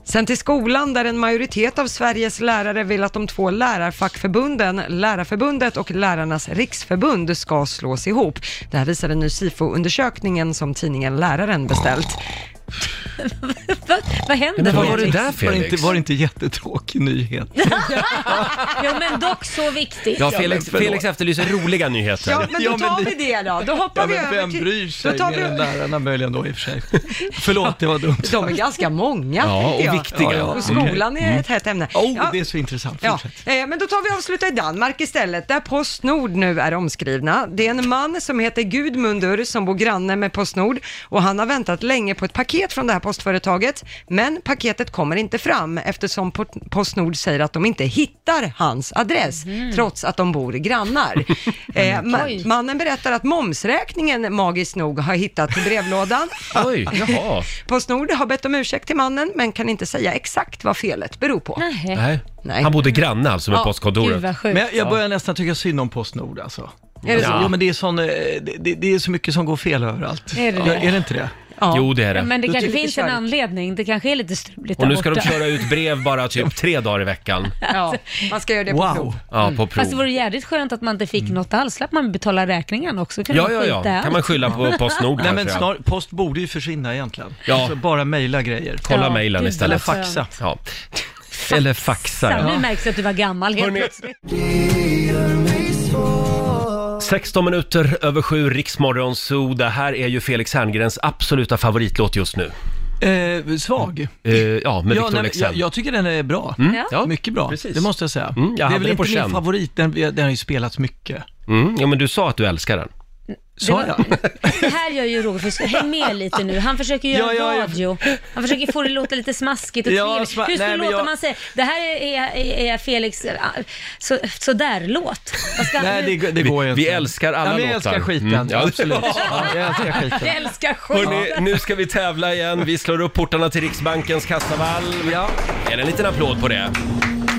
S2: Sen till skolan där en majoritet av Sveriges lärare vill att de två lärarfackförbunden, Lärarförbundet och Lärarnas riksförbund ska slås ihop. Det här visar en ny SIFO-undersökningen som tidningen Läraren beställt.
S4: Va, vad händer?
S1: Men vad var det
S4: Felix?
S1: där
S7: Var det
S1: Felix?
S7: inte, var det inte jättetråkig nyhet?
S4: Ja, men dock så viktigt.
S1: Ja, Felix,
S7: men förlåt.
S1: Felix efterlyser roliga nyheter.
S2: Ja, men då
S7: Ja, men
S2: tar
S7: det-
S2: vi det då. Då hoppar
S7: Ja,
S2: vi
S7: men
S2: över
S7: vem
S2: till...
S7: bryr sig
S2: då tar
S7: mer
S2: vi-
S7: än lärarna möjligen då i och för sig. Förlåt, det var dumt.
S2: De är ganska många.
S1: Ja, och
S2: tycker jag.
S1: viktiga.
S2: Och skolan är ett hett ämne.
S7: Mm. Oh,
S2: ja.
S7: det är så intressant.
S2: Ja,
S7: Fortsätt.
S2: eh, men då tar vi och avslutar i Danmark istället, där Postnord nu är omskrivna. Det är en man som heter Gudmundur som bor granne med Postnord och han har väntat länge på ett paket från det här postföretaget, men paketet kommer inte fram eftersom Port- Postnord säger att de inte hittar hans adress, trots att de bor grannar. eh, ma-
S4: Oj.
S2: mannen berättar att momsräkningen magiskt nog har hittat i brevlådan.
S1: Oj, jaha.
S2: Postnord har bett om ursäkt till mannen, men kan inte säga exakt vad felet beror på.
S4: Nej.
S1: Nej.
S2: Nej.
S1: Han bodde granne alltså med
S2: Ja,
S4: Gud
S1: postkontoret.
S4: vad sjukt.
S7: Men jag, jag börjar nästan tycka synd om Postnord alltså.
S2: Är det så?
S7: Ja. Jo, men det är, sån, eh, det, det, det är så mycket som går fel överallt.
S4: Är det
S7: Ja,
S4: det?
S7: Är det inte det?
S2: Ja.
S1: Jo, det är
S4: Ja,
S1: det.
S4: men det
S2: Då
S4: kanske
S2: tycker vi
S4: finns
S2: kör.
S4: en anledning. Det kanske är lite struligt
S1: Och
S4: där
S1: nu ska de
S4: borta.
S1: köra ut brev bara typ tre dagar i veckan.
S2: Ja, man ska göra det på prov.
S7: Wow!
S1: Ja, på
S4: Fast det
S1: prov. Mm.
S4: vore jävligt skönt att man inte fick något alls, slapp man betala räkningen också. Kan
S1: Ja,
S4: man
S1: ja,
S4: skita
S1: ja.
S4: allt?
S1: Kan man skylla på Postnord
S7: Nej
S1: här,
S7: men
S1: tror jag.
S7: snar, post borde ju försvinna egentligen.
S1: Ja.
S7: Alltså bara mejla grejer.
S1: Kolla
S4: Ja,
S1: mejlen
S4: gud,
S7: Eller
S1: istället.
S4: vad
S7: faxa.
S1: Ja. Eller faxa.
S4: Så,
S1: Ja.
S4: Nu märks det att du var gammal helt
S1: Hörrni.
S4: plötsligt.
S1: 16 minuter över sju, Riksmorgon Zoo. Det här är ju Felix Herngrens absoluta favoritlåt just nu.
S7: Eh, svag.
S1: Eh, ja, med
S7: Ja,
S1: Victor
S7: nej, men jag,
S1: Leksell.
S7: jag tycker den är bra.
S4: Ja.
S1: Ja.
S7: Mycket bra,
S1: Precis. Mm.
S7: det måste jag säga.
S1: jag
S7: det
S1: hade
S7: är väl
S1: den på
S7: inte
S1: känn.
S7: min favorit, den, den har ju spelats mycket.
S1: Mm, ja, men du sa att du älskar den.
S7: Sa
S4: var-
S7: jag?
S4: Det här gör ju Roger, för häng med lite nu. Han försöker göra
S7: Ja, ja, ja.
S4: radio. Han försöker få det att låta lite smaskigt och
S7: Ja,
S4: trevligt.
S7: sma-
S4: Hur skulle
S7: nej, men
S4: låta
S7: jag-
S4: man säga? Det här är, är, är Felix äh, så, sådär-låt. Vad ska han-
S7: Nej, det, det går ju
S1: Vi,
S7: inte.
S1: vi älskar alla
S7: ja, men
S1: låtar.
S7: jag älskar skiten,
S1: Mm, ja.
S7: absolut. Ja, jag älskar skiten.
S4: Jag älskar skit.
S1: Hörrni, nu ska vi tävla igen. Vi slår upp portarna till Riksbankens kassavalv.
S7: Ja,
S1: Är det en liten applåd på det?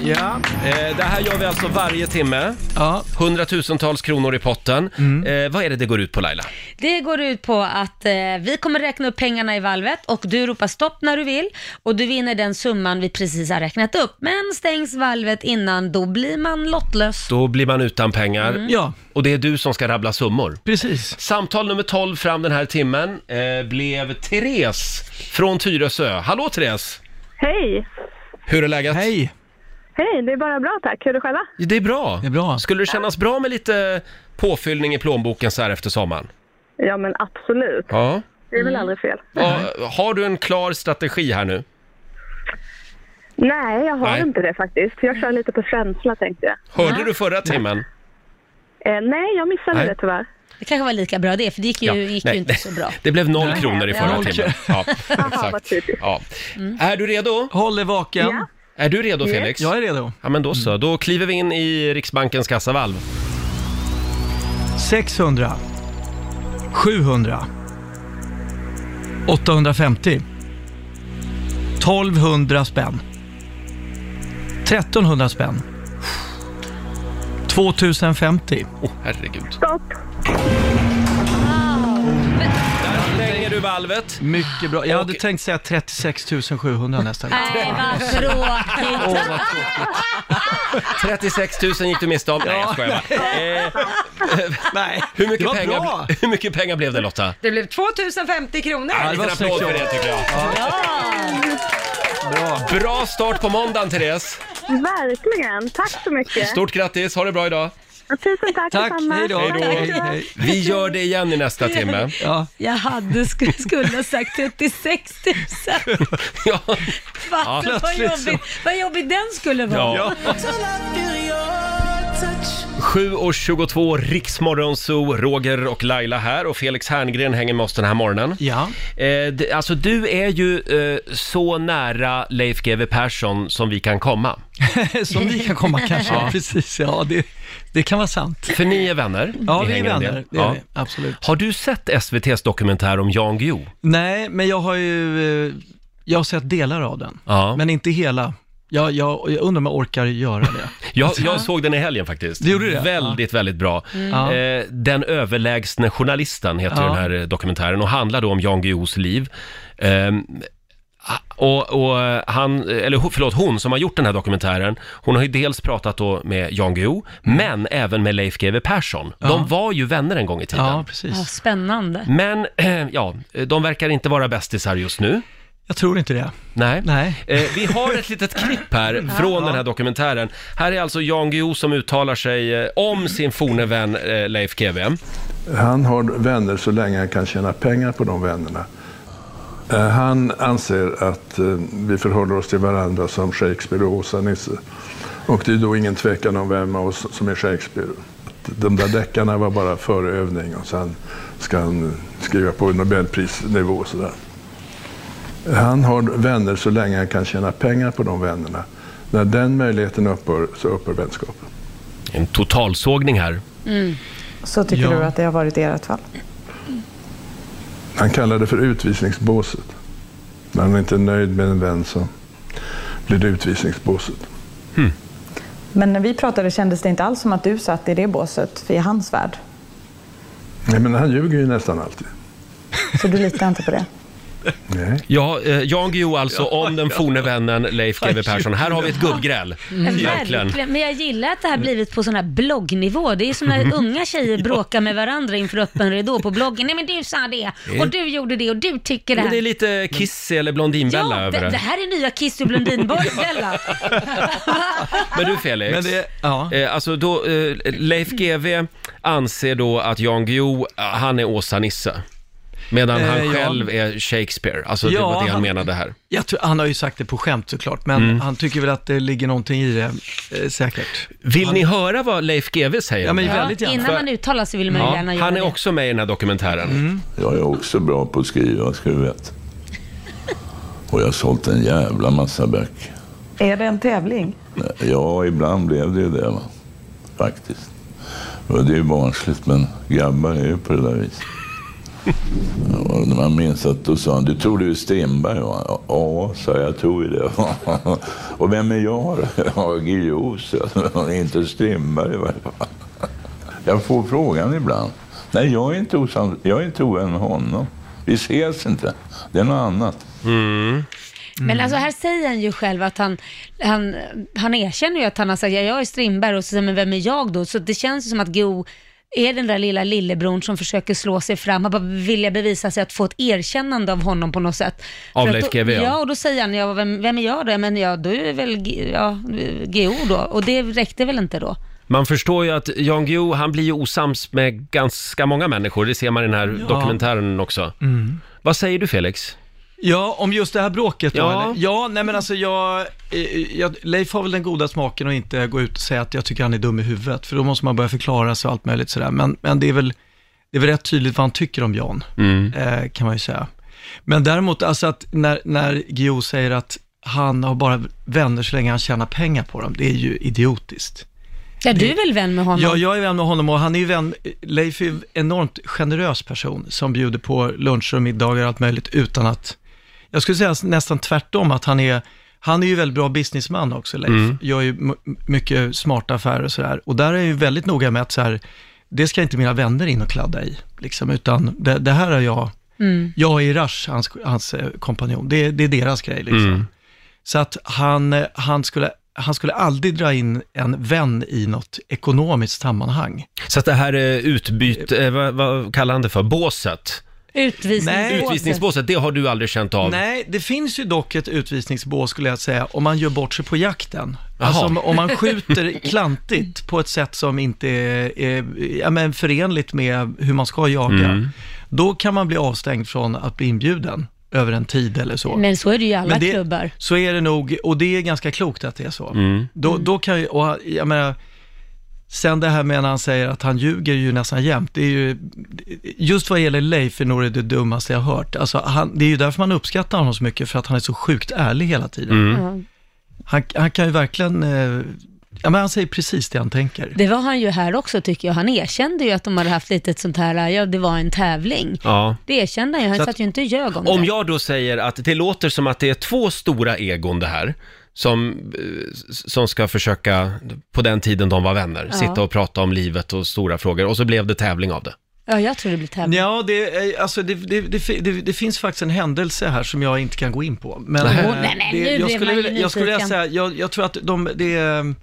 S7: ja,
S1: Eh, det här gör vi alltså varje timme.
S7: ja.
S1: Hundratusentals kronor i potten. Eh, vad är det det går ut på Laila?
S4: Det går ut på att eh, vi kommer räkna upp pengarna i valvet och du ropar stopp när du vill och du vinner den summan vi precis har räknat upp. Men stängs valvet innan, då blir man lottlös.
S1: Då blir man utan pengar.
S7: ja,
S1: Och det är du som ska rabbla summor.
S7: precis.
S1: Samtal nummer 12 fram den här timmen eh, blev Therese från Tyresö. Hallå Therese!
S9: Hej!
S1: Hur är läget?
S7: Hej!
S9: Hej, det är bara bra tack. Hur är det själva?
S1: Det är bra.
S7: Det är bra.
S1: Skulle det kännas bra med lite påfyllning i plånboken så här efter sommaren?
S9: Ja, men absolut.
S1: Ja.
S9: Det är väl
S1: Mm.
S9: aldrig fel.
S1: Ja, Har du en klar strategi här nu?
S9: Nej, jag har
S1: Nej.
S9: inte det faktiskt. Jag kör lite på känsla tänkte jag.
S1: Hörde du förra timmen?
S9: Eh, nej, jag missade
S1: Nej.
S9: det tyvärr.
S4: Det kanske var lika bra det, för det gick ju,
S1: Ja,
S4: gick
S1: nej.
S4: ju inte så bra.
S1: Det blev noll
S7: Nej.
S1: kronor i förra
S7: Noll
S1: timmen. Ja,
S9: vad
S1: exakt.
S9: typiskt.
S1: Ja. Är du redo?
S7: Håll er vaken.
S9: Ja.
S1: Är du redo Felix?
S7: Jag är redo.
S1: Ja men då så, då kliver vi in i Riksbankens kassavalv.
S7: 600. 700. 850. 1200 spänn. 1300 spänn. 2050.
S1: Åh herregud.
S9: Stopp.
S1: Där slänger du valvet.
S7: Mycket bra. Jag hade
S1: Och-
S7: tänkt säga 36 700 nästa gång.
S4: Nej, vad tråkigt.
S1: 36 000 gick du miste om. Nej jag skojar bara. Eh,
S7: Nej,
S1: hur, mycket
S7: det var
S1: pengar,
S7: bra.
S1: hur mycket pengar blev det Lotta?
S2: Det blev 2050 kronor.
S1: En
S7: det
S1: liten
S7: var
S1: applåd för
S7: snyggt
S1: det tycker jag.
S7: bra.
S1: Bra start på måndagen Therese.
S9: Verkligen. Tack så mycket.
S1: Stort grattis, ha det bra idag.
S9: Tusen tack,
S7: Tack,
S9: detsamma.
S7: hej då.
S1: Hej då.
S7: Hej, hej.
S1: Vi gör det igen i nästa timme.
S7: Ja.
S4: Jag hade skulle, skulle ha sagt 36 000.
S1: Ja,
S4: Fattar du vad,
S7: plötsligt så.
S4: jobbigt, vad jobbig den skulle vara.
S1: ja. 7.22, Riksmorgon Zoo, Roger och Laila här och Felix Herngren hänger med oss den här morgonen.
S7: ja.
S1: Eh, d- alltså du är ju eh, så nära Leif GW Persson som vi kan komma.
S7: Som ni kan komma kanske.
S1: Ja.
S7: Ja. Precis, ja det, det kan vara sant.
S1: För ni är vänner.
S7: Ja,
S1: Ni
S7: vi är
S1: hänger en
S7: vänner.
S1: del.
S7: Det är
S1: Ja.
S7: vi. Absolut.
S1: Har du sett SVT's dokumentär om Jan Guillou?
S7: Nej, men jag har ju, eh, jag har sett delar av den.
S1: Ja.
S7: Men inte hela. Jag, jag, jag undrar om jag orkar göra det.
S1: Jag, jag såg den i helgen faktiskt.
S7: Det gjorde du det? Mm.
S1: Väldigt, väldigt bra.
S7: Ja.
S1: Eh, den överlägsne journalisten heter
S7: Ja.
S1: den här eh, dokumentären och handlar då om Jan Guillous liv. Ehm, och, och eh, han, eller ho- förlåt, hon som har gjort den här dokumentären, hon har ju dels pratat då med Jan Guillou,
S7: Mm.
S1: men även med Leif GW Persson. De var ju vänner en gång i tiden.
S7: Ja,
S4: Ja,
S7: precis.
S4: spännande.
S1: Men, eh, ja, de verkar inte vara bästisar just nu.
S7: Jag tror inte det.
S1: Nej.
S7: Nej. Mm.
S1: Eh, vi har ett litet klipp här från den här dokumentären. Här är alltså Jan Guillou som uttalar sig eh, om sin forne vän eh, Leif GW.
S3: Han har vänner så länge han kan tjäna pengar på de vännerna. Eh, Han anser att eh, vi förhåller oss till varandra som Shakespeare och Åsa-Nisse. Och det är då ingen tvekan om vem av oss som är Shakespeare. Att De där deckarna var bara förövning och sen ska han skriva på Nobelprisnivå och sådär. Han har vänner så länge han kan tjäna pengar på de vännerna. När den möjligheten upphör så upphör vänskapen.
S1: En totalsågning här.
S10: Så tycker
S7: Ja.
S10: du att det har varit i ert fall?
S3: Han kallar det för utvisningsbåset. När han inte är nöjd med en vän så blir det utvisningsbåset.
S10: Men när vi pratade kändes det inte alls som att du satt i det båset för i hans värld.
S3: Nej, men han ljuger ju nästan alltid.
S10: Så du litar inte på det?
S3: Nej.
S1: Ja, eh, Jan Guillou alltså om den forne vännen Leif GW Persson. Här har vi ett gubbgräl. Mm. Verkligen. Mm.
S4: Verkligen. Men jag gillar att det här blivit på sån här bloggnivå. Det är som när unga tjejer bråkar med varandra inför öppen ridå på bloggen. Nej men du sa det och du gjorde det och du tycker det
S1: Men det är
S4: här.
S1: lite Kissy eller Blondinbella
S4: Ja,
S1: över
S4: det, det
S1: det.
S4: här är nya Kiss och Blondinbella.
S1: Men du Felix.
S7: Men det, ja.
S1: Eh, alltså då, eh, Leif GW anser då att Jan Guillou, eh, han är Åsa-Nisse. Medan
S7: Eh,
S1: han
S7: ja.
S1: själv är Shakespeare. Alltså det
S7: Ja,
S1: var det han
S7: han-
S1: menade här.
S7: Jag tror, han har ju sagt det på skämt såklart, men han tycker väl att det ligger någonting i det, eh, säkert.
S1: Vill ni höra vad Leif GW säger?
S7: Ja,
S1: om
S7: men
S1: det här?
S4: Ja,
S7: väldigt gärna.
S4: innan man uttalar sig vill man ju
S1: Ja,
S4: gärna göra
S1: han är
S4: det.
S1: också med i den här dokumentären.
S6: Jag är också bra på att skriva, ska du veta. Och jag har sålt en jävla massa böcker.
S10: Är det en tävling?
S6: Ja, ibland blev det ju det, va? faktiskt. Och det är ju barnsligt, men grabbar är ju på det där viset. Och när man minns att då sa han, du tror du är Strindberg va? Ja, sa jag, jag tror ju det. Och vem är jag då? Ja, Guillou, sa jag. Inte Strindberg i varje fall. Jag får frågan ibland. Nej, jag är inte, osam- jag är inte oen med honom. Vi ses inte. Det är något annat.
S4: Men
S7: Mm.
S4: alltså här säger han ju själv att han, han, han erkänner ju att han har sagt, ja, jag är Strindberg och så säger han, men vem är jag då? Så det känns ju som att Go är den där lilla lillebron som försöker slå sig fram, han bara vill jag bevisa sig att få ett erkännande av honom på något sätt.
S1: Av
S4: För att
S1: Leif
S4: då-
S1: GW, ja.
S4: Ja, och då säger han, ja, vem, vem är jag då? Ja, Men ja, du är väl G- ja, GO då? Och det räckte väl inte då?
S1: Man förstår ju att Jan Guillou, han blir ju osams med ganska många människor. Det ser man i den här dokumentären också. Vad säger du Felix?
S7: Ja, om just det här bråket då,
S1: Ja.
S7: ja. eller? Ja, nej men alltså jag, eh, jag, Leif har väl den goda smaken att inte gå ut och säga att jag tycker han är dum i huvudet, för då måste man börja förklara sig och allt möjligt sådär. Men, men det är väl, det är väl rätt tydligt vad han tycker om Jan, eh, kan man ju säga. Men däremot, alltså att när, när Guillou säger att han har bara vänner så länge han tjänar pengar på dem, det är ju idiotiskt.
S4: Ja, du är väl vän med honom?
S7: Ja, jag är vän med honom och han är ju vän, Leif är ju en enormt generös person som bjuder på luncher och middagar och allt möjligt utan att, jag skulle säga nästan tvärtom att han är, han är ju väldigt bra businessman också Leif,
S11: Mm.
S7: gör ju m- mycket smarta affärer och sådär. Och där är jag ju väldigt noga med att så här, det ska inte mina vänner in och kladda i, liksom, utan det, det här är jag,
S11: Mm.
S7: jag är Rush, hans, hans eh, kompanjon, det, är- det är deras grej liksom.
S11: Mm.
S7: Så att han, eh, han, skulle, han skulle aldrig dra in en vän i något ekonomiskt sammanhang.
S1: Så att det här är utbyte, eh, vad, vad kallar han det för, båset?
S7: Nej.
S1: Utvisningsbåset, det har du aldrig känt av?
S7: Nej, det finns ju dock ett utvisningsbås skulle jag säga, om man gör bort sig på jakten.
S1: Jaha.
S7: Alltså om, om man skjuter klantigt på ett sätt som inte är, är ja, men förenligt med hur man ska jaga,
S11: Mm.
S7: då kan man bli avstängd från att bli inbjuden över en tid eller så.
S4: Men så är det ju i alla
S7: Men det-
S4: klubbar.
S7: Så är det nog, och det är ganska klokt att det är så.
S11: Mm.
S7: Då, då kan ju, och jag menar, sen det här med när han säger att han ljuger ju nästan jämt, det är ju, just vad gäller Leif är nog det dummaste jag har hört. Alltså, han, det är ju därför man uppskattar honom så mycket, för att han är så sjukt ärlig hela tiden.
S4: Ja.
S7: Han, han kan ju verkligen, eh, ja men han säger precis det han tänker.
S4: Det var han ju här också tycker jag. Han erkände ju att de hade haft lite ett sånt här, ja det var en tävling.
S1: Ja.
S4: Det erkände han ju, han
S1: Så att-
S4: satt ju inte och ljög om,
S1: Om
S4: det.
S1: jag då säger att det låter som att det är två stora egon det här, som, eh, s- som ska försöka, på den tiden de var vänner,
S4: Ja.
S1: sitta och prata om livet och stora frågor, och så blev det tävling av det.
S4: Ja, jag tror det blir tävling.
S7: Ja, det, är- alltså, det, det, det, fi- det, det finns faktiskt en händelse här som jag inte kan gå in på. Men,
S4: Nej.
S7: eh,
S4: Åh, nej, men nu
S7: det, jag,
S4: blev
S7: skulle
S4: man ju
S7: vilja, jag skulle vilja
S4: nyfiken.
S7: säga, jag, jag tror att de, det, är,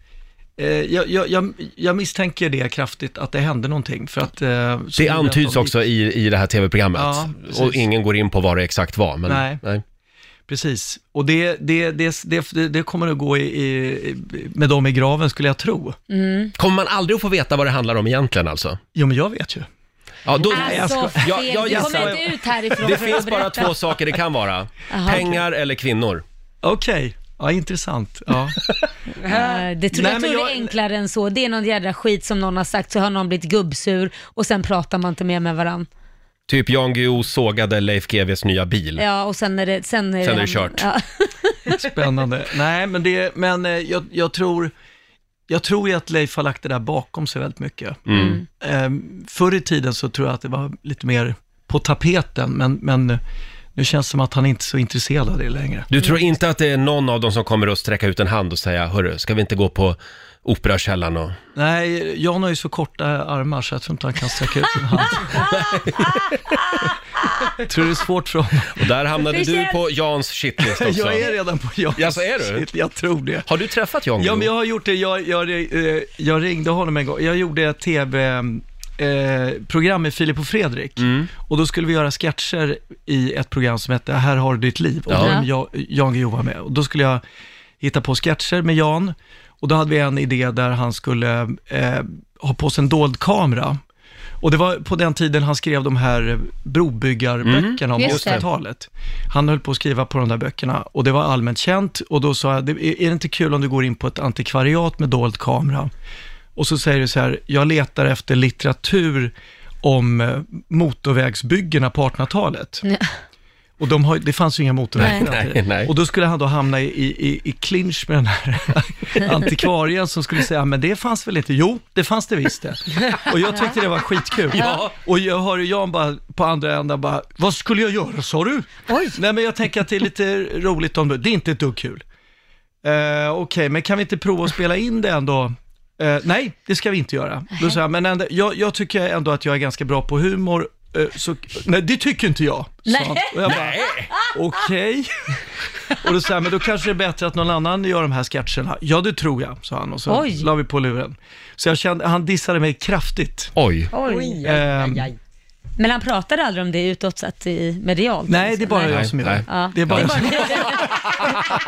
S7: eh, jag, jag, jag, jag misstänker det kraftigt, att det hände någonting. För att, eh, så
S1: Det
S7: gjorde att
S1: antyds
S7: de-
S1: också i, i det här tv-programmet,
S7: Ja, precis.
S1: och ingen går in på vad det exakt var. Men,
S7: Nej. Precis, och det, det, det, det, det, det kommer att gå i, i, med dem i graven skulle jag tro.
S4: Mm.
S1: Kommer man aldrig att få veta vad det handlar om egentligen alltså?
S7: Jo, men jag vet ju.
S1: Ja, då,
S4: Alltså, fel.
S1: jag, jag
S4: du
S1: gissar-
S4: kommer inte ut härifrån
S1: Det
S4: för
S1: finns
S4: att
S1: bara
S4: berätta.
S1: två saker det kan vara.
S4: Aha.
S1: Pengar eller kvinnor.
S7: Okej, ja intressant. Ja.
S4: Nej, det tror,
S7: Nej,
S4: jag
S7: men
S4: tror
S7: jag-
S4: det är enklare än så. Det är någon jädra skit som någon har sagt, så har någon blivit gubbsur och sen pratar man inte mer med varandra.
S1: Typ Jan Guillou sågade Leif GWs nya bil.
S4: Ja, och sen är det... Sen är
S1: Sen är det
S4: det
S1: kört.
S4: Ja.
S7: Spännande. Nej, men, det, men eh, jag, jag tror... Jag tror ju att Leif har lagt det där bakom sig väldigt mycket.
S11: Mm.
S7: Eh, förr i tiden så tror jag att det var lite mer på tapeten, men, men nu känns det som att han inte är så intresserad av det längre.
S1: Du tror inte att det är någon av dem som kommer att sträcka ut en hand och säga, hörru, ska vi inte gå på Operakällaren och...
S7: Nej, Jan har ju så korta armar så jag tror inte han kan sträcka ut en hand. tror det är svårt för honom.
S1: Och där hamnade
S7: Det
S1: du
S7: känns-
S1: på Jans shitlist också.
S7: Jag är redan på Jans
S1: Ja, så är du?
S7: Jag tror det.
S1: Har du träffat Jan
S7: Ja,
S1: Guillou?
S7: men jag har gjort det. Jag, jag, eh, jag ringde honom en gång. Jag gjorde ett tv-program med Filip och Fredrik. Och då skulle vi göra sketcher i ett program som hette Här har du ditt liv. Och
S11: Ja.
S7: då var jag, Jan Guillou var med. Och då skulle jag hitta på sketcher med Jan. Och då hade vi en idé där han skulle eh, ha på sig en dold kamera. Och det var på den tiden han skrev de här brobyggarböckerna om
S11: Just det.
S7: 80-talet. Han höll på att skriva på de där böckerna och det var allmänt känt och då sa jag, "Det- är det inte kul om du går in på ett antikvariat med dold kamera? Och så säger du så här, jag letar efter litteratur om eh, motorvägsbyggena på 1800-talet. Och de har, det fanns ju inga motorvägar. på den
S1: Nej,
S7: tiden.
S1: nej.
S7: Och då skulle han då hamna i, i, i clinch med den här antikvarien som skulle säga, men det fanns väl inte? Jo, det fanns det visst det. Och jag tyckte det var skitkul.
S11: Ja.
S7: Och jag hör Jan bara på andra änden bara, vad skulle jag göra sa du? Oj. Nej men jag tänker att det är lite roligt om du, det är inte ett dugg kul. Eh, Okej, men kan vi inte prova att spela in det ändå? Eh, nej, det ska vi inte göra. Då sa jag, men ändå, jag, jag tycker ändå att jag är ganska bra på humor. eh, så, nej, det tycker inte jag. sa
S11: Nej.
S7: han. Och jag bara, okej. Och då sa jag, men då kanske det är bättre att någon annan gör de här sketcherna. Ja, det tror jag, sa han. Och så
S11: Oj.
S7: la vi på luren. Så jag kände, han dissade mig kraftigt.
S1: Oj.
S4: Oj.
S7: Ehm,
S4: Men han pratade aldrig om det utåt sett i medialt?
S7: Nej, det är bara jag som gör det.
S4: Ja.
S7: Det är bara jag som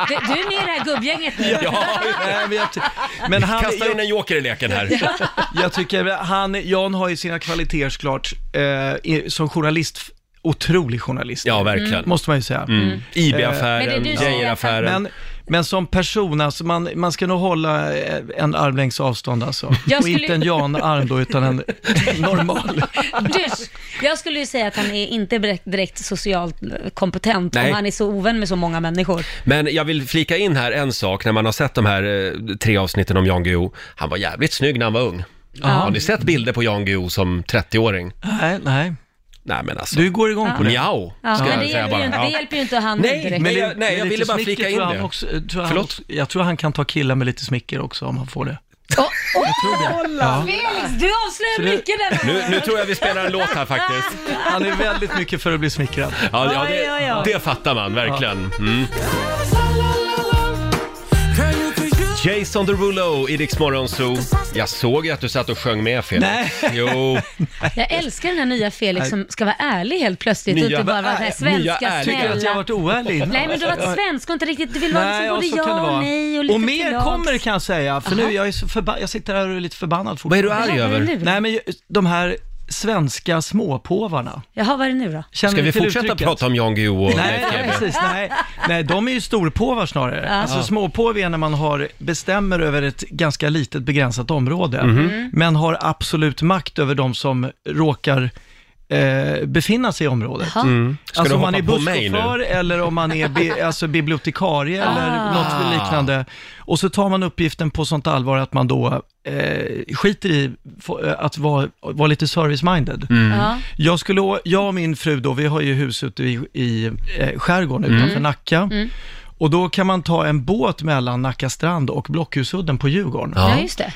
S4: Du du är med i det här gubbgänget nu.
S1: Ja,
S7: nej, men jag,
S1: Men
S7: Men han-
S1: Kasta in
S7: jag-
S1: en joker i leken här.
S7: Jag tycker väl han, Jan har ju sina kvaliteter såklart, eh, i- som journalist f- otrolig journalist.
S1: Ja, verkligen. Mm.
S7: Måste man ju säga.
S1: Mm. IB-affären,
S7: Eh,
S1: Men det är du som Geijeraffären. räknar.
S7: Men, men som person, alltså man, man ska nog hålla eh, en armlängds avstånd alltså.
S4: Jag
S7: Och
S4: skulle-
S7: inte en Jan-arm då, utan en normal.
S4: Dusch. Jag skulle ju säga att han är inte direkt- direkt socialt kompetent
S1: Nej.
S4: om han är så ovän med så många människor.
S1: Men jag vill flika in här en sak när man har sett de här eh, tre avsnitten om Jan Guillou. Han var jävligt snygg när han var ung. Har ni sett bilder på Jan Guillou som 30-åring?
S7: Nej, nej.
S1: Nej men alltså.
S7: Du går igång på det.
S1: Mjau,
S4: Ja,
S1: ska
S4: men det,
S1: jag säga
S4: hjälper
S1: bara.
S4: ju inte,
S1: Ja.
S4: det hjälper ju inte han
S1: Nej,
S4: direkt.
S1: men jag- nej,
S7: Med
S1: jag
S7: lite
S1: ville bara
S7: smicker
S1: flika
S7: tror
S1: in
S7: jag
S1: det.
S7: han Också, tror jag,
S1: Förlåt?
S7: Också, jag tror han kan ta killar med lite smicker också om han får det. Ja.
S4: Felix, du
S7: Så
S4: avslöjar
S7: det-
S4: mycket den här
S1: Nu, nu tror jag vi spelar en låt här faktiskt.
S7: Han är väldigt mycket för att bli smickrad.
S1: Ja, ja
S4: Oj, oj,
S1: det,
S4: oj.
S1: det fattar man verkligen. Mm. Jason Derulo i Rix Morgon Zoo. Jag såg ju att du satt och sjöng med Felix.
S7: Nej.
S1: Jo,
S4: Jag älskar den här nya Felix som ska vara ärlig helt plötsligt och
S1: Nya-
S4: inte bara vara så här
S1: Nya
S4: svenska,
S1: ärliga.
S7: Tycker du att jag har
S4: snälla.
S7: varit oärlig? innan?
S4: Nej men du har varit svensk och inte riktigt, du vill vara liksom både
S7: och så kan det
S4: ja
S7: vara.
S4: och nej och lite
S7: Och
S4: till
S7: mer
S4: lags.
S7: kommer kan jag säga, för nu jag, är så förba- jag sitter här och är lite förbannad
S1: vad är
S7: fortfarande.
S1: du arg
S4: Vad är det
S1: över?
S4: nu?
S7: Nej men ju- de här svenska småpåvarna.
S4: Jaha, vad är det nu då?
S7: Känner
S1: Ska
S7: ni
S1: vi
S7: till
S1: fortsätta
S7: uttrycket?
S1: prata om Jan Guillou och
S7: Nej,
S1: Leif
S7: nej,
S1: GW?
S7: precis, nej. nej, de är ju storpåvar snarare. Alltså småpåv är när man har, bestämmer över ett ganska litet begränsat område,
S1: Mm.
S7: men har absolut makt över de som råkar eh, befinna sig i området.
S4: Jaha.
S1: Mm. Ska
S7: alltså
S1: du
S7: om man är
S1: hoppa på mig nu? Ah.
S7: busschaufför eller om man är bi- alltså bibliotekarie eller något liknande. Och så tar man uppgiften på sånt allvar att man då eh, skiter i få- eh, att vara, vara lite service-minded.
S1: Mm.
S4: Ja.
S7: Jag, skulle, å- jag och min fru då, vi har ju hus ute i, i eh, skärgården utanför Nacka. Och då kan man ta en båt mellan Nacka strand och Blockhusudden på Djurgården.
S4: Ja.
S1: Ja.
S4: just det.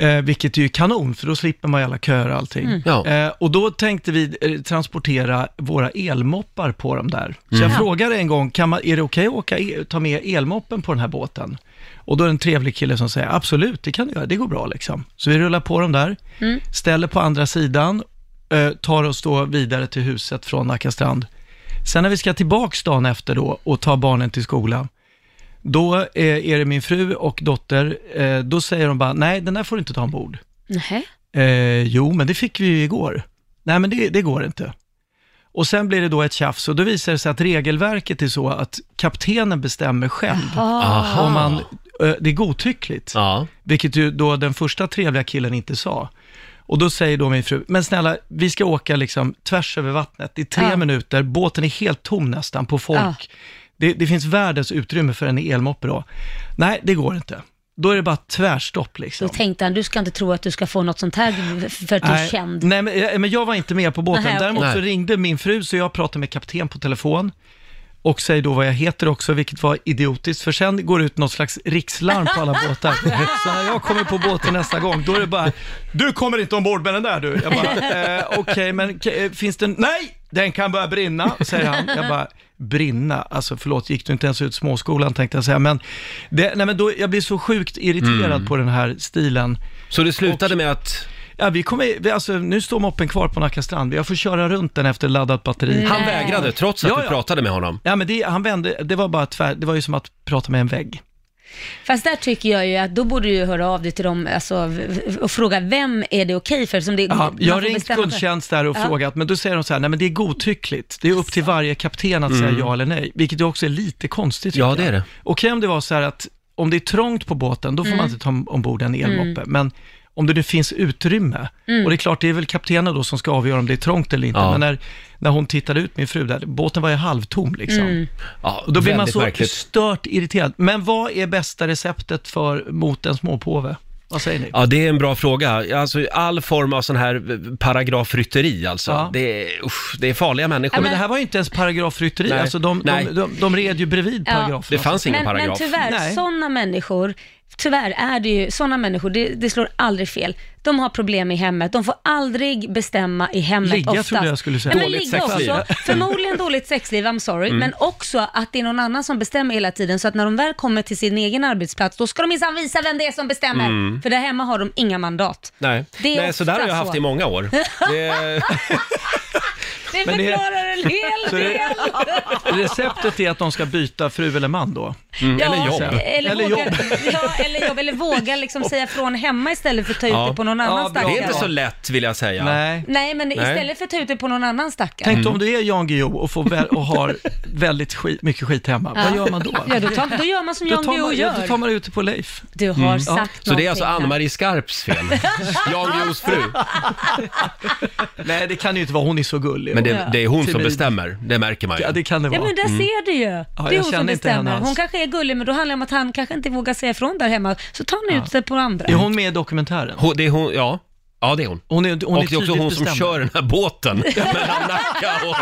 S7: Eh, vilket är ju kanon, för då slipper man ju alla köer och allting.
S1: Ja.
S7: Eh, och då tänkte vi eh, transportera våra elmoppar på dem där. Så jag frågade en gång, kan man, är det okej att åka, e- ta med elmoppen på den här båten? Och då är det en trevlig kille som säger, absolut, det kan du göra, det går bra liksom. Så vi rullar på dem där, ställer på andra sidan, eh, tar oss då vidare till huset från Nacka strand. Sen när vi ska tillbaks dagen efter då och ta barnen till skolan, då eh, är det min fru och dotter, eh, då säger de bara, nej den där får du inte ta ombord.
S4: Nej.
S7: Eh, jo, men det fick vi ju igår. Nej, men det, det går inte. Och sen blir det då ett tjafs och då visar det sig att regelverket är så att kaptenen bestämmer själv.
S1: Aha.
S7: Om man, eh, det är godtyckligt,
S1: Ja.
S7: vilket ju då den första trevliga killen inte sa. Och då säger då min fru, men snälla, vi ska åka liksom tvärs över vattnet i tre
S4: Ja.
S7: minuter, båten är helt tom nästan på folk.
S4: Ja.
S7: Det, det finns världens utrymme för en elmoppe då. Nej, det går inte. Då är det bara tvärstopp liksom.
S4: Då tänkte han, du ska inte tro att du ska få något sånt här för att du är
S7: Nej,
S4: känd.
S7: nej men, eh, men jag var inte med på båten.
S4: Nej, okej.
S7: Däremot så
S1: Nej.
S7: ringde min fru, så jag pratade med kapten på telefon och säger då vad jag heter också, vilket var idiotiskt, för sen går det ut något slags rikslarm på alla båtar. Så när jag kommer på båten nästa gång, då är det bara, du kommer inte ombord med den där du. Jag bara, eh, okej, men k- eh, finns det en, nej, den kan börja brinna, säger han. Jag bara, brinna, alltså förlåt, gick du inte ens ut småskolan tänkte jag säga, men, det, nej, men då, jag blir så sjukt irriterad på den här stilen.
S1: Så det slutade med att
S7: Ja, vi kommer, vi, alltså, nu står moppen kvar på Nacka strand. Jag får köra runt den efter laddat batteri.
S1: han vägrade trots att
S7: Ja,
S1: du
S7: ja.
S1: pratade med honom?
S7: Ja, men det, han vände, det var bara tvär, det var ju som att prata med en vägg.
S4: Fast där tycker jag ju att då borde du ju höra av dig till dem alltså, v- v- och fråga vem är det okej för? Som det,
S7: Ja,
S4: man
S7: jag har
S4: får
S7: ringt
S4: bestämma själv.
S7: kundtjänst där och frågat, men då säger de så här, nej men det är godtyckligt. Det är upp till varje kapten att säga ja eller nej, vilket ju också är lite konstigt. tycker
S1: Mm. Ja, det är
S7: jag.
S1: det.
S7: Okej om det var så här att om det är trångt på båten, då får man inte ta ombord en elmoppe, men om det nu finns utrymme, och det är klart, det är väl kaptenen då som ska avgöra om det är trångt eller inte,
S1: Ja.
S7: men när, när hon tittade ut, min fru där, båten var ju halvtom liksom.
S1: Ja,
S7: Och då blir man
S1: väldigt
S7: så
S1: märkligt.
S7: stört irriterad. Men vad är bästa receptet för, mot en småpåve? Vad säger ni?
S1: Ja, det är en bra fråga. Alltså, all form av sån här eh, paragrafrytteri alltså.
S7: Ja.
S1: Det, är, usch, det är farliga människor.
S7: Ja, men det här var ju inte ens paragrafrytteri,
S1: Nej.
S7: alltså de,
S1: Nej.
S7: de, de, de red ju bredvid
S4: Ja.
S7: paragrafen.
S1: Det fanns ingen
S4: men, men
S1: paragraf.
S4: tyvärr,
S7: Nej.
S4: sådana människor, tyvärr är det ju, sådana människor, det, det slår aldrig fel. De har problem i hemmet, de får aldrig bestämma i hemmet
S7: Ligga,
S4: oftast.
S7: trodde jag skulle säga.
S4: Nej, men
S1: Dåligt
S4: ligga
S1: sexliv. Mm.
S4: också. Förmodligen dåligt sexliv, I'm sorry, men också att det är någon annan som bestämmer hela tiden, så att när de väl kommer till sin egen arbetsplats, då ska de minsann visa vem det är som bestämmer.
S1: Mm.
S4: För där hemma har de inga mandat.
S1: Nej,
S4: Det är
S1: Nej så där har jag
S4: ofta
S1: haft
S4: så.
S1: i många år. Det,
S4: Det
S7: Men det-
S4: förklarar det en hel
S7: Så är
S4: del.
S7: det- Receptet är att de ska byta fru eller man då?
S1: Mm.
S4: Ja,
S7: Mm, Eller jobb.
S4: Eller,
S7: Eller
S4: våga,
S7: jobb.
S4: Ja, eller jobb. Eller våga liksom säga från hemma istället för att ta ut det på någon annan
S7: bra.
S4: stackare.
S1: Det är inte så lätt vill jag säga.
S7: Nej.
S4: Nej, men
S1: Nej.
S4: istället för att ta ut det på någon annan stackare.
S7: Tänk om du är Jan Guillou och, får väl, och har väldigt skit, mycket skit hemma.
S4: Ja.
S7: Vad gör man då?
S4: Ja, då, tar, då gör man som
S7: Då
S4: Jan
S7: tar
S4: Guillou
S7: man- ja,
S4: gör.
S7: Då tar man ut det på Leif.
S4: Du har
S7: Mm.
S4: sagt
S7: Ja.
S1: Så det är alltså
S4: någonting här.
S1: Ann-Marie Skarps fel? Jan Guillous fru?
S7: Nej, det kan ju inte vara. Hon är så gullig.
S1: Men det,
S7: Ja.
S1: det är hon som
S7: Timid.
S1: bestämmer, det märker man ju.
S7: Ja, det kan det
S4: Ja,
S7: vara.
S4: men där ser du ju. det är
S7: Mm. jag
S4: hon som
S7: känner inte henne
S4: bestämmer. Hon
S7: alls.
S4: kanske är gullig, men då handlar det om att han kanske inte vågar säga ifrån där hemma. Så tar han ut det på andra.
S7: Är hon med i dokumentären?
S1: Hon, det är hon, ja. Ja, det är hon.
S7: Hon är, hon
S1: och
S7: är
S1: det är också hon
S7: tydligt
S1: som
S7: bestämd.
S1: kör den här båten mellan Nacka och...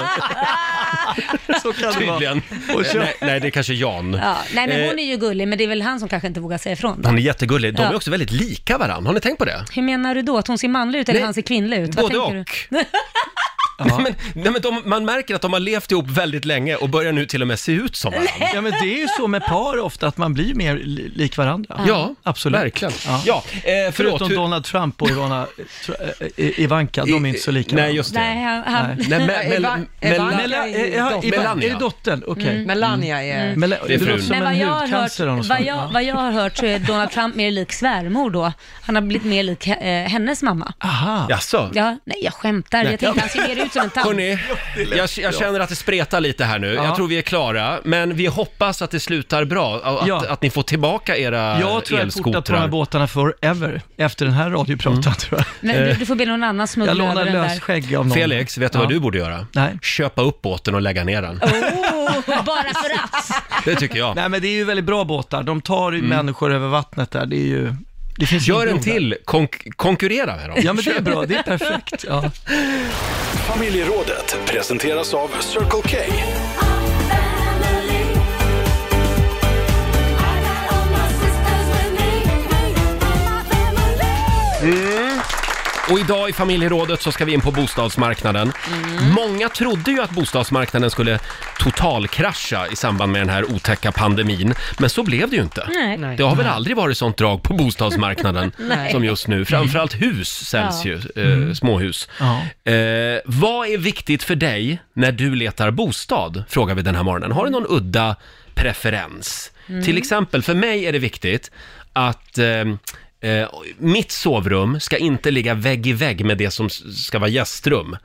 S7: Så kan det vara.
S1: Tydligen.
S7: Och kör-
S1: nej, nej, det är kanske Jan.
S4: Ja, nej, men
S1: Eh,
S4: hon är ju gullig, men det är väl han som kanske inte vågar säga ifrån.
S7: Mm.
S1: Han är jättegullig. De är
S4: Ja.
S1: också väldigt lika varandra. Har ni tänkt på det?
S4: Hur menar du då? Att hon ser manlig ut eller
S1: Nej,
S4: han ser kvinnlig ut? Vad
S1: Både
S4: tänker
S1: och. Nej, men, nej, men de, man märker att de har levt ihop väldigt länge och börjar nu till och med se ut som varandra.
S7: Ja, men det är ju så med par ofta, att man blir mer li- lik varandra.
S1: Ja,
S7: Absolut.
S1: verkligen.
S7: Ja.
S1: Ja, eh, förlåt.
S7: Förutom
S1: hur-
S7: Donald Trump och Ivana, Tr- eh, eh, Ivanka, de är inte så lika.
S1: Nej, just
S4: du?
S1: det.
S4: Nej, han... han...
S1: Nej, me, me,
S2: Eva- Eva-
S1: me,
S7: Mela, eh, ja,
S2: Dotter.
S7: Ivan,
S1: Melania.
S7: är det dottern? Okej.
S2: Melania är...
S7: Mela,
S1: Det är frun.
S7: låter som
S4: Mm. Men vad
S7: en
S4: jag, har hört,
S7: hudcancer av något
S4: vad,
S7: slag.
S4: jag,
S7: Ja.
S4: vad jag har hört så är Donald Trump mer lik svärmor då. Han har blivit mer lik eh, hennes mamma.
S7: Aha.
S1: Jaså?
S4: Ja, nej jag skämtar. Jag tänkte han ser mer ut som en tant.
S1: Hörrni, jag, jag känner att det spretar lite här nu. Jag
S7: Ja.
S1: tror vi är klara, men vi hoppas att det slutar bra. och Att,
S7: Ja.
S1: att ni får tillbaka era
S7: Jag tror jag har portat på de här
S1: elskotrar.
S7: båtarna forever, efter den här radiopratan
S1: Mm.
S7: tror jag.
S4: Men du, du får be någon annan smuggla
S7: Jag
S4: över
S7: lånar
S4: den där.
S7: lösskägg av någon.
S1: Felix, vet du vad
S7: Ja.
S1: du borde göra?
S7: Nej.
S1: Köpa upp båten och lägga ner den.
S4: Oh, bara för att.
S1: Det tycker jag.
S7: Nej men det är ju väldigt bra båtar, de tar ju människor över vattnet där, det är ju... Det finns ju
S1: Mm. Gör
S7: bro
S1: en
S7: där.
S1: till, konk- konkurrera med dem.
S7: Ja men det är bra, det är perfekt. Ja.
S11: Familjerådet presenteras av Circle K.
S1: Och idag i familjerådet så ska vi in på bostadsmarknaden.
S4: Mm.
S1: Många trodde ju att bostadsmarknaden skulle totalkrascha i samband med den här otäcka pandemin, men så blev det ju inte.
S4: Nej.
S1: Det har väl aldrig varit sånt drag på bostadsmarknaden som just nu. Framförallt hus säljs
S4: Mm. Ja. Mm.
S1: ju, eh, småhus.
S7: Ja.
S1: Eh, vad är viktigt för dig när du letar bostad? Frågar vi den här morgonen. Har du någon udda preferens? Till exempel, för mig är det viktigt att eh, eh, mitt sovrum ska inte ligga vägg i vägg med det som s- ska vara gästrum.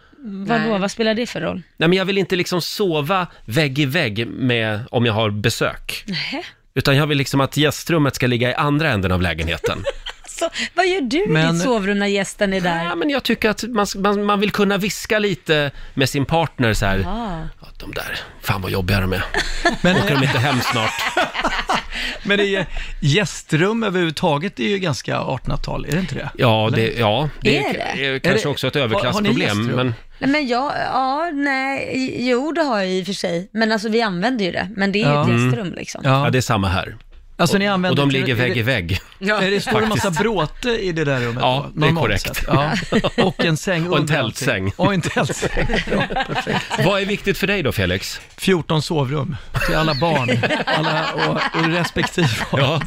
S4: Vadå, vad spelar det för roll?
S1: Nej, men jag vill inte liksom sova vägg i vägg med, om jag har besök.
S4: Nähä.
S1: Utan jag vill liksom att gästrummet ska ligga i andra änden av lägenheten.
S4: Så, vad gör du i
S7: Men-
S4: ditt sovrum när gästen är
S1: Ja,
S4: där?
S1: men jag tycker att man, man, man vill kunna viska lite med sin partner så här.
S4: Ah.
S1: "Ja, De där, fan vad jobbiga de är.
S7: Men,
S1: Åker de inte hem snart?
S7: men det är, gästrum överhuvudtaget är ju ganska 1800-tal, är det inte det?
S1: Ja, det, ja, det är,
S4: Är det?
S1: är kanske
S7: Är det-
S1: också ett
S7: Har- har ni
S1: överklassproblem.
S7: gästrum?
S1: Men,
S4: Nej, Men jag, ja, nej, jo det har jag i och för sig. Men alltså vi använder ju det. Men det är ju
S7: Ja.
S4: ett gästrum liksom.
S1: ja,
S7: Ja.
S1: det är samma här.
S7: Alltså ni använder...
S1: Och de ligger
S7: är det-
S1: vägg i vägg.
S7: Är det står en massa bråte i det där rummet?
S1: Ja,
S7: då?
S1: det är
S7: Normalt
S1: korrekt.
S7: sett. Ja. Och en säng
S1: Och en
S7: under allting.
S1: tältsäng.
S7: Och en tältsäng. Ja, perfekt.
S1: Vad är viktigt för dig då, Felix?
S7: 14 sovrum till alla barn alla och, och respektive barn.
S1: Ja.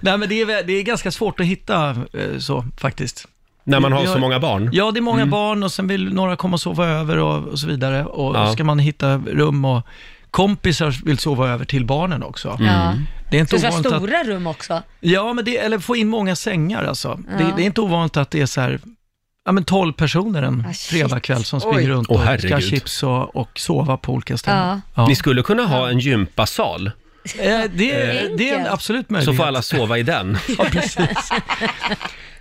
S7: Nej, men det är, väl- det är ganska svårt att hitta eh, så faktiskt.
S1: När man
S7: Vi
S1: har
S7: har-
S1: så många barn?
S7: Ja, det är
S1: Mm.
S7: många barn och sen vill några komma och sova över och, och så vidare. Och
S1: Ja.
S7: ska man hitta rum och kompisar vill sova över till barnen också.
S1: Mm.
S4: Ja.
S7: Det är inte
S4: Mm. Så det ska vara
S7: ovanligt att...
S4: stora rum också.
S7: Ja, men det, eller få in många sängar alltså. Det, det är inte ovanligt att det är så här, ja men 12 personer en
S4: Ah, shit.
S7: fredagkväll som springer
S2: Oj.
S7: runt
S1: Åh,
S7: och ska ha
S1: herregud.
S7: chips och, och sova på olika ställen. Ja.
S1: Ni skulle kunna ha en gympasal,
S7: Eh, det, är- det är en
S4: Enkelt.
S7: absolut
S1: så
S7: möjlighet.
S1: får alla sova i den.
S7: Ja, precis.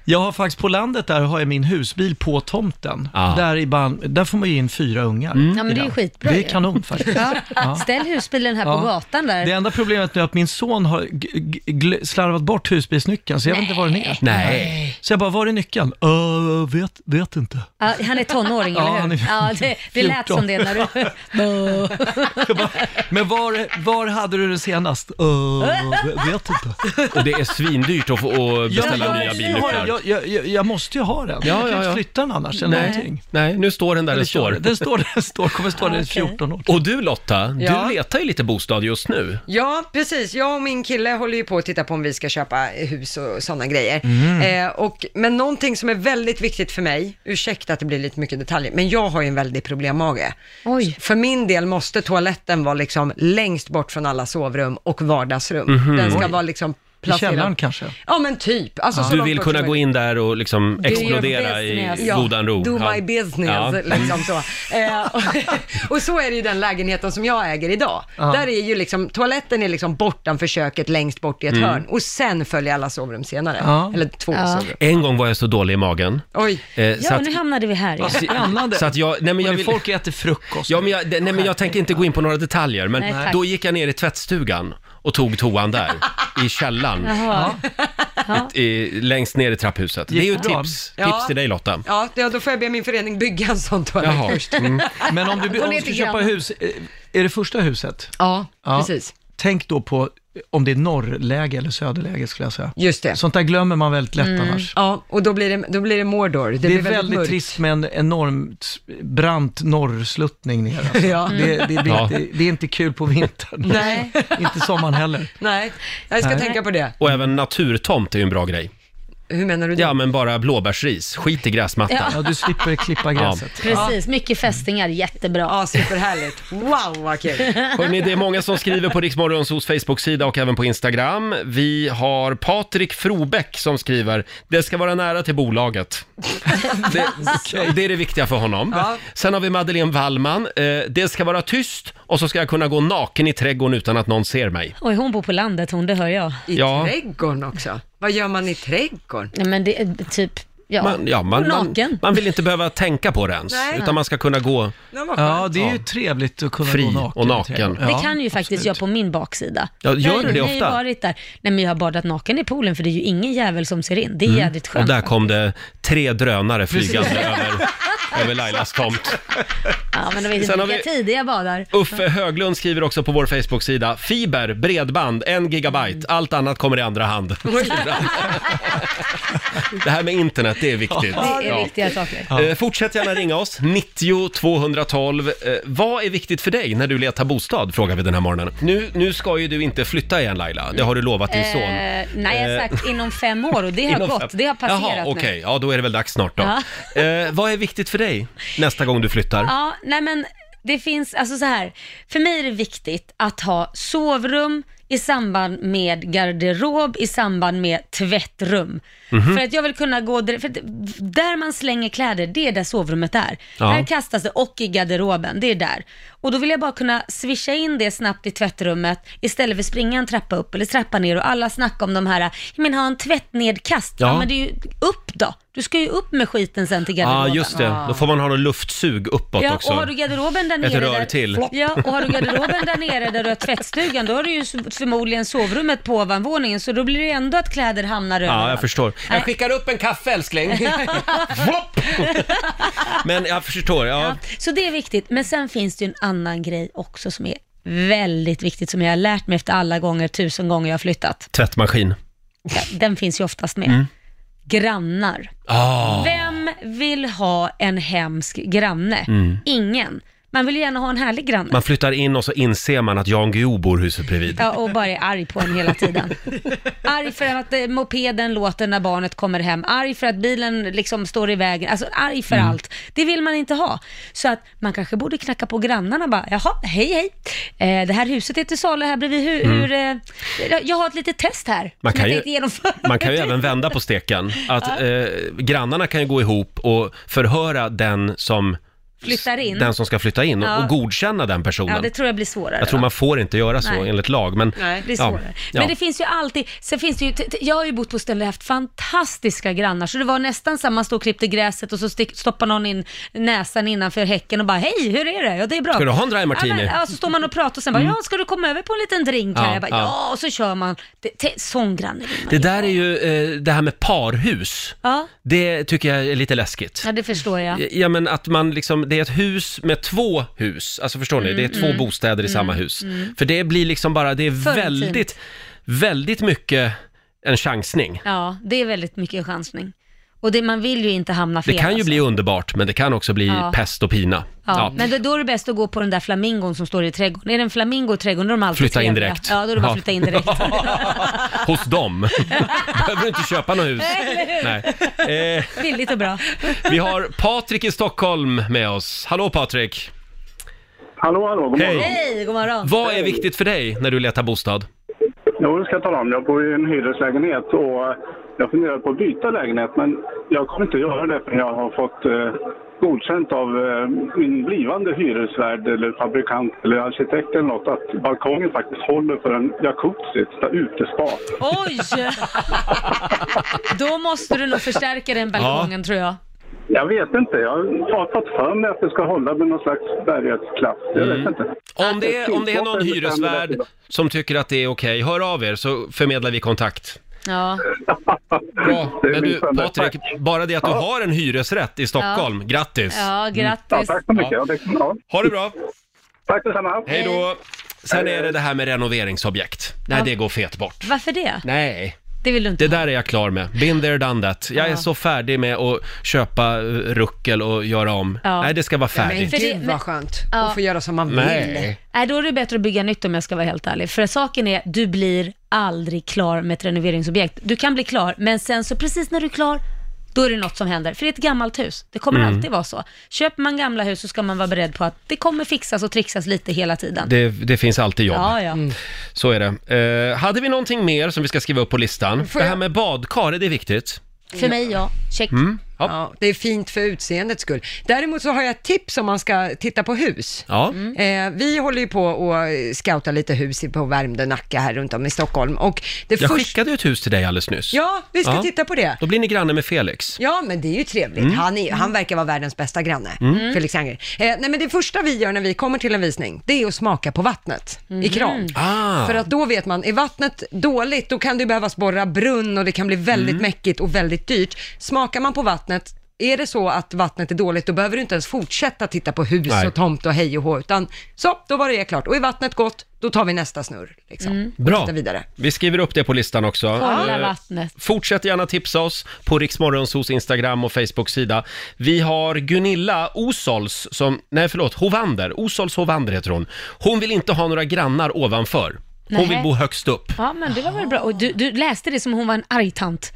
S7: Jag har faktiskt på landet där har jag min husbil på tomten.
S1: Ah. Mm.
S7: Där, i ban, där får man ju in fyra ungar.
S4: Ja, men det är ju
S7: Ja.
S4: skitbra
S7: Det
S4: ju.
S7: är kanon faktiskt.
S4: Ja. Ställ husbilen här
S7: Ja.
S4: på gatan där.
S7: Det enda problemet nu är att min son har g- g- gl- slarvat bort husbilsnyckeln, så jag vet inte var den är.
S1: Nej.
S7: Så jag bara, var är nyckeln? Uh, vet, vet inte.
S4: Ja, han är tonåring,
S7: Ja,
S4: eller hur?
S7: han är-
S4: ja, det, det lät
S7: 14.
S4: som det när du... Bå.
S7: Jag bara, men var, var hade du den senast? Uh, vet inte.
S1: Och det är svindyrt att, få, att
S7: Ja,
S1: beställa
S7: men
S1: nya
S7: jag, jag,
S1: bilnycklar.
S7: jag, jag, jag- jag måste ju ha den.
S1: Ja,
S7: jag
S1: ja,
S7: kan ju inte
S1: ja.
S7: flytta den annars eller
S1: Nej,
S7: någonting.
S1: nej, nu står den där
S7: Eller
S1: den står.
S7: kör. Den står där den står, kommer stå där i 14 år.
S1: Och du Lotta,
S2: Ja.
S1: du letar ju lite bostad just nu.
S2: Ja, precis. Jag och min kille håller ju på att titta på om vi ska köpa hus och sådana grejer.
S1: Mm.
S2: Eh, och, men någonting som är väldigt viktigt för mig, ursäkta att det blir lite mycket detaljer, men jag har ju en väldig problemmage. Oj. För min del måste toaletten vara liksom längst bort från alla sovrum och vardagsrum.
S1: Mhm.
S2: Den ska
S1: Oj.
S2: vara liksom
S1: I
S2: placerad.
S1: källaren kanske?
S2: Ja, men typ. Alltså, så
S1: Du
S2: långt
S1: vill
S2: bort som
S1: kunna gå
S2: möjligt.
S1: in där och liksom
S2: Do your
S1: explodera
S2: business.
S1: i
S2: Ja,
S1: godan ro.
S2: Do
S1: Ja.
S2: my business,
S1: Ja.
S2: liksom så. Eh, och, och så är det ju den lägenheten som jag äger idag.
S1: Ja.
S2: Där är ju liksom, toaletten är liksom bortanför köket, längst bort i ett
S1: Mm.
S2: hörn. Och sen följer alla sovrum senare.
S1: Ja.
S2: Eller två
S4: Ja.
S2: sovrum.
S1: En gång var jag så dålig i magen.
S2: Oj.
S1: Eh, så
S4: Ja,
S1: att,
S4: och nu hamnade vi här.
S1: Ja, Så att jag, nej men jag vill...
S7: folk äter frukost.
S1: Ja, men jag, nej, men jag tänker inte gå in på några detaljer, men
S4: Nej, tack.
S1: då gick jag ner i tvättstugan och tog toan där, i källaren,
S4: Jaha.
S1: i, längst ner i trapphuset. Det är ju ett
S2: det bra?
S1: tips,
S2: Ja.
S1: tips till dig Lotta.
S2: Ja, ja, då får jag be min förening bygga en sån toalett
S1: Jaha.
S2: först.
S1: Mm.
S7: Men om du,
S2: Gå
S7: om
S2: ner
S7: du ska
S2: till
S7: köpa
S2: grannen.
S7: hus, eh, är det första huset?
S2: Ja, precis.
S7: Tänk då på om det är norrläge eller söderläge skulle jag säga.
S2: Just det.
S7: Sånt där glömmer man väldigt lätt
S2: Mm.
S7: annars.
S2: Ja, och då blir det, då blir det Mordor. Det,
S7: Det,
S2: blir
S7: är väldigt
S2: mörkt.
S7: trist med en enormt brant norrsluttning ner. Alltså.
S2: Ja.
S7: Det, det, blir
S1: Ja.
S7: inte, det är inte kul på vintern.
S2: Nej.
S7: inte sommaren heller.
S2: Nej, jag ska
S1: Nej.
S2: tänka på det.
S1: Och även naturtomt är ju en bra grej.
S2: Hur menar du
S1: det? Ja, men bara blåbärsris, skit i gräsmattan.
S4: Ja. Ja, du
S7: slipper klippa
S4: Precis, mycket fästingar, jättebra.
S2: Ja, superhärligt. Wow, vad kul.
S1: Hörrni, det är många som skriver på Riksmorgonsos Facebook-sida och även på Instagram. Vi har Patrik Frobäck som skriver, det ska vara nära till bolaget. Det, det är det viktiga för honom.
S2: Ja.
S1: Sen har vi Madeleine Wallman, eh, det ska vara tyst och så ska jag kunna gå naken i trädgården utan att någon ser mig.
S4: Oj, hon bor på landet hon, det hör jag.
S2: I
S1: Ja.
S2: trädgården också. Vad gör man i trädgården?
S4: Nej, men det är typ, ja,
S1: Man, ja, man, man,
S4: naken.
S1: man vill inte behöva tänka på det ens,
S4: Nej.
S1: utan man ska kunna gå
S7: Ja, det är ju trevligt att kunna
S1: Fri
S7: gå naken.
S1: och naken.
S4: det kan ju faktiskt jag på min baksida.
S1: Ja, gör du det
S4: jag Jag
S1: ofta?
S4: har ju varit där. Nej, men jag har badat naken i poolen för det är ju ingen jävel som ser in. Det är jädrigt
S1: Mm. Och
S4: skönt.
S1: där kom det tre drönare flygande
S4: Precis.
S1: över, över Lailas tomt.
S4: Ja, men det vet
S1: Sen
S4: inte
S1: har
S4: vilka tider jag badar.
S1: Uffe Höglund skriver också på vår Facebook-sida, fiber, bredband, en
S4: Mm.
S1: gigabyte, allt annat kommer i andra hand. Skriver han. det här med internet, det är viktigt.
S4: Det är
S1: Ja.
S4: viktiga saker.
S1: Eh, Fortsätt gärna ringa oss, 90 212. Eh, Vad är viktigt för dig när du letar bostad, frågar vi den här morgonen. Nu, nu ska ju du inte flytta igen Laila, det har du lovat din son.
S4: Eh, nej, jag har
S1: Eh,
S4: sagt inom fem år och det har
S1: inom
S4: gått.
S1: fem-
S4: Det har passerat
S1: Jaha,
S4: nu.
S1: okej. Ja, då är det väl dags snart då. Eh, vad är viktigt för dig nästa gång du flyttar?
S4: Ja, nej men det finns, alltså så här, för mig är det viktigt att ha sovrum i samband med garderob, i samband med tvättrum.
S5: Mhm.
S4: För att jag vill kunna gå, dir- för att där man slänger kläder, det är där sovrummet är.
S5: Ja.
S4: Här kastas det och i garderoben, det är där. Och då vill jag bara kunna swisha in det snabbt i tvättrummet istället för att springa en trappa upp eller trappa ner och alla snackar om de här, men ha en tvättnedkast. Ja.
S1: Ja.
S4: men det är ju upp då. Du ska ju upp med skiten sen till
S1: Ja,
S4: garderoben.
S1: just det. Då får man ha någon luftsug uppåt
S4: Ja,
S1: också.
S4: och har du garderoben där
S1: Ett
S4: nere...
S1: rör
S4: där,
S1: till. Flopp.
S4: Ja, och har du garderoben där nere där du har tvättstugan, då har du ju s- förmodligen sovrummet på ovanvåningen, så då blir det ju ändå att kläder hamnar
S1: Ja, jag
S4: överallt.
S1: förstår.
S4: Nej.
S1: Jag skickar upp en kaffe älskling. Flopp! Men jag förstår, ja.
S4: Så det är viktigt, men sen finns det ju en annan grej också som är väldigt viktigt, som jag har lärt mig efter alla gånger, tusen gånger jag har flyttat.
S1: Tvättmaskin.
S4: Ja, Den finns ju oftast med.
S1: Mm.
S4: Grannar.
S1: Ah.
S4: Vem vill ha en hemsk granne?
S1: Mm.
S4: Ingen. Man vill ju gärna ha en härlig granne.
S1: Man flyttar in och så inser man att Jan Guillou bor huset bredvid.
S4: Ja, och bara är arg på en hela tiden. Arg för att eh, mopeden låter när barnet kommer hem, arg för att bilen liksom står i vägen, alltså arg för
S5: Mm.
S4: allt. Det vill man inte ha. Så att man kanske borde knacka på grannarna bara, jaha, hej hej, eh, det här huset är till salu här bredvid, hur,
S1: Mm.
S4: hur eh, jag har ett litet test här
S1: Man
S4: som
S1: kan
S4: jag
S1: ju-
S4: tänkte genomföra.
S1: Man kan ju även vända på steken. Att eh, grannarna kan ju gå ihop och förhöra den som,
S4: Flyttar in.
S1: den som ska flytta in och,
S4: Ja.
S1: och godkänna den personen.
S4: Ja, det tror jag blir svårare.
S1: Jag tror
S4: va?
S1: man får inte göra så
S4: Nej.
S1: enligt lag, men...
S4: Nej, det är
S1: ja,
S4: svårare.
S1: ja.
S4: Men det finns ju alltid, sen finns det ju, t- t- jag har ju bott på ställen där jag haft fantastiska grannar, så det var nästan samma, man stod och klippte gräset och så stick, stoppar någon in näsan innanför häcken och bara, hej, hur är det? Ja, det är bra.
S1: Ska du ha en dry martini?
S4: Ja, men, ja, så står man och pratar och sen bara,
S1: Mm.
S4: ja, ska du komma över på en liten drink här?
S1: Ja,
S4: Ja, jag bara,
S1: ja.
S4: ja. och så kör man. Det, te, sån granne vill man
S1: Det
S4: ju.
S1: där är ju eh, det här med parhus.
S4: Ja.
S1: Det tycker jag är lite läskigt.
S4: ja, det förstår jag.
S1: Ja men att man liksom, det är ett hus med två hus, alltså förstår ni?
S4: Mm,
S1: Det är två
S4: mm.
S1: bostäder i
S4: Mm,
S1: samma hus.
S4: mm.
S1: För det blir liksom bara, det är
S4: För intimt.
S1: väldigt, väldigt mycket en chansning.
S4: Ja, det är väldigt mycket chansning. Och det, man vill ju inte hamna
S1: Det
S4: fel. alltså.
S1: kan ju bli underbart, men det kan också bli
S4: Ja.
S1: pest och pina.
S4: Ja,
S1: Ja.
S4: Men då, då är det bäst att gå på den där flamingon som står i trädgården. Är det en flamingo i trädgården, då är de alltid
S1: Flytta in
S4: trevliga.
S1: direkt.
S4: Ja, då är det bara
S1: Ja.
S4: att flytta in direkt.
S1: Hos dem. Behöver du inte köpa något hus. Nej. Eh,
S4: Billigt och bra.
S1: vi har Patrik i Stockholm med oss. Hallå Patrik!
S12: Hallå, hallå, god morgon.
S4: Hej, god morgon.
S1: Vad är viktigt för dig när du letar bostad?
S12: Jo, det ska jag tala om. Jag bor i en hyreslägenhet och jag funderar på att byta lägenhet men jag kommer inte göra det förrän jag har fått eh, godkänt av eh, min blivande hyresvärd eller fabrikant eller arkitekt eller något att balkongen faktiskt håller för en jacuzzi, ett utespa.
S4: Oj! Då måste du nog förstärka den balkongen tror jag.
S12: Jag vet inte, jag har fått för mig att det ska hålla med någon slags bärighetsklass. Jag vet inte.
S1: Mm.
S7: Äh,
S1: Om det, är, om det är någon hyresvärd som tycker att det är okej, hör av er så förmedlar vi kontakt.
S4: Ja.
S1: Bra. Men du Patrik, bara det att du
S4: Ja.
S1: har en hyresrätt i Stockholm, grattis!
S4: Ja, grattis.
S1: Ja. Ha det bra!
S12: Tack detsamma!
S1: Hej då! Sen är det det här med renoveringsobjekt. Nej,
S4: Ja.
S1: det går fet bort.
S4: Varför det?
S1: Nej.
S4: Det vill du inte.
S1: Det där är jag klar med. Been there, done that. Jag är
S4: Ja.
S1: så färdig med att köpa eh, ruckel och göra om.
S4: Ja.
S1: Nej, det ska vara
S4: Ja, men
S1: färdigt.
S4: För det- men-
S2: skönt
S4: Ja.
S2: att få göra som man vill.
S1: Nej.
S4: Nej, då är det bättre att bygga nytt om jag ska vara helt ärlig. För saken är, du blir aldrig klar med ett renoveringsobjekt. Du kan bli klar, men sen så precis när du är klar, då är det något som händer. För det är ett gammalt hus. Det kommer
S1: Mm.
S4: alltid vara så. Köper man gamla hus så ska man vara beredd på att det kommer fixas och trixas lite hela tiden.
S1: Det, det finns alltid jobb.
S4: Ja, ja.
S1: Så är det. Eh, hade vi någonting mer som vi ska skriva upp på listan?
S2: Får
S1: det
S2: jag-
S1: här med badkar, är det viktigt?
S4: För mig ja, check.
S1: Mm. Ja.
S2: Ja, det är fint för utseendets skull. Däremot så har jag ett tips om man ska titta på hus.
S1: Ja.
S4: Mm.
S2: Eh, vi håller ju på och scouta lite hus i- på Värmdö, Nacka här runt om i Stockholm. Och det
S1: Jag
S2: första...
S1: skickade ju ett hus till dig alldeles nyss.
S2: Ja, vi ska titta på det.
S1: Då blir ni granne med Felix.
S2: Ja, men det är ju trevligt.
S1: Mm.
S2: Han, är, han verkar vara världens bästa granne,
S1: Mm.
S2: Felix Herngren. Eh, nej, men det första vi gör när vi kommer till en visning, det är att smaka på vattnet i kran.
S1: Ah.
S2: För att då vet man, är vattnet dåligt, då kan det ju behövas borra brunn och det kan bli väldigt
S1: Mm.
S2: mäckigt och väldigt dyrt. Smakar man på vattnet, är det så att vattnet är dåligt, då behöver du inte ens fortsätta titta på hus
S1: Nej.
S2: och tomt och hej och hå, utan så, då var det klart. Och är vattnet gott, då tar vi nästa snurr. Liksom, och
S1: Bra.
S2: tittar vidare.
S1: Vi skriver upp det på listan också.
S4: Kolla
S1: Eh,
S4: vattnet.
S1: Fortsätt gärna tipsa oss på Riksmorgonsos Instagram och Facebook-sida. Vi har Gunilla Osols som, nej förlåt, Hovander, Osols Hovander heter hon. Hon vill inte ha några grannar ovanför. Hon
S4: Nej.
S1: vill bo högst upp.
S4: Ja, men det var väl bra. Och du, du läste det som om hon var en arg tant.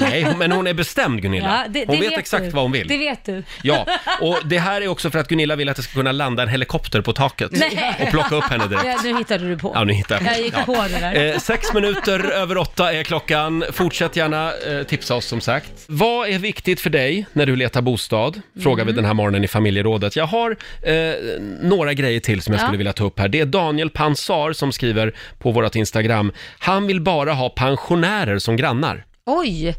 S1: Nej, men hon är bestämd Gunilla.
S4: Ja, det-
S1: hon
S4: det
S1: vet,
S4: vet
S1: exakt
S4: du.
S1: vad hon vill.
S4: Det vet du.
S1: Ja, och det här är också för att Gunilla vill att det ska kunna landa en helikopter på taket
S4: Nej.
S1: och plocka upp henne direkt.
S4: Ja, nu hittade du på.
S1: Ja, nu hittade
S4: jag gick
S1: Ja.
S4: på det där.
S1: Eh, sex minuter över åtta är klockan. Fortsätt gärna eh, tipsa oss som sagt. Vad är viktigt för dig när du letar bostad? Frågar
S4: Mm.
S1: vi den här morgonen i familjerådet. Jag har eh, några grejer till som jag
S4: Ja.
S1: skulle vilja ta upp här. Det är Daniel Pansar som skriver på vårt Instagram. Han vill bara ha pensionärer som grannar.
S4: Oj!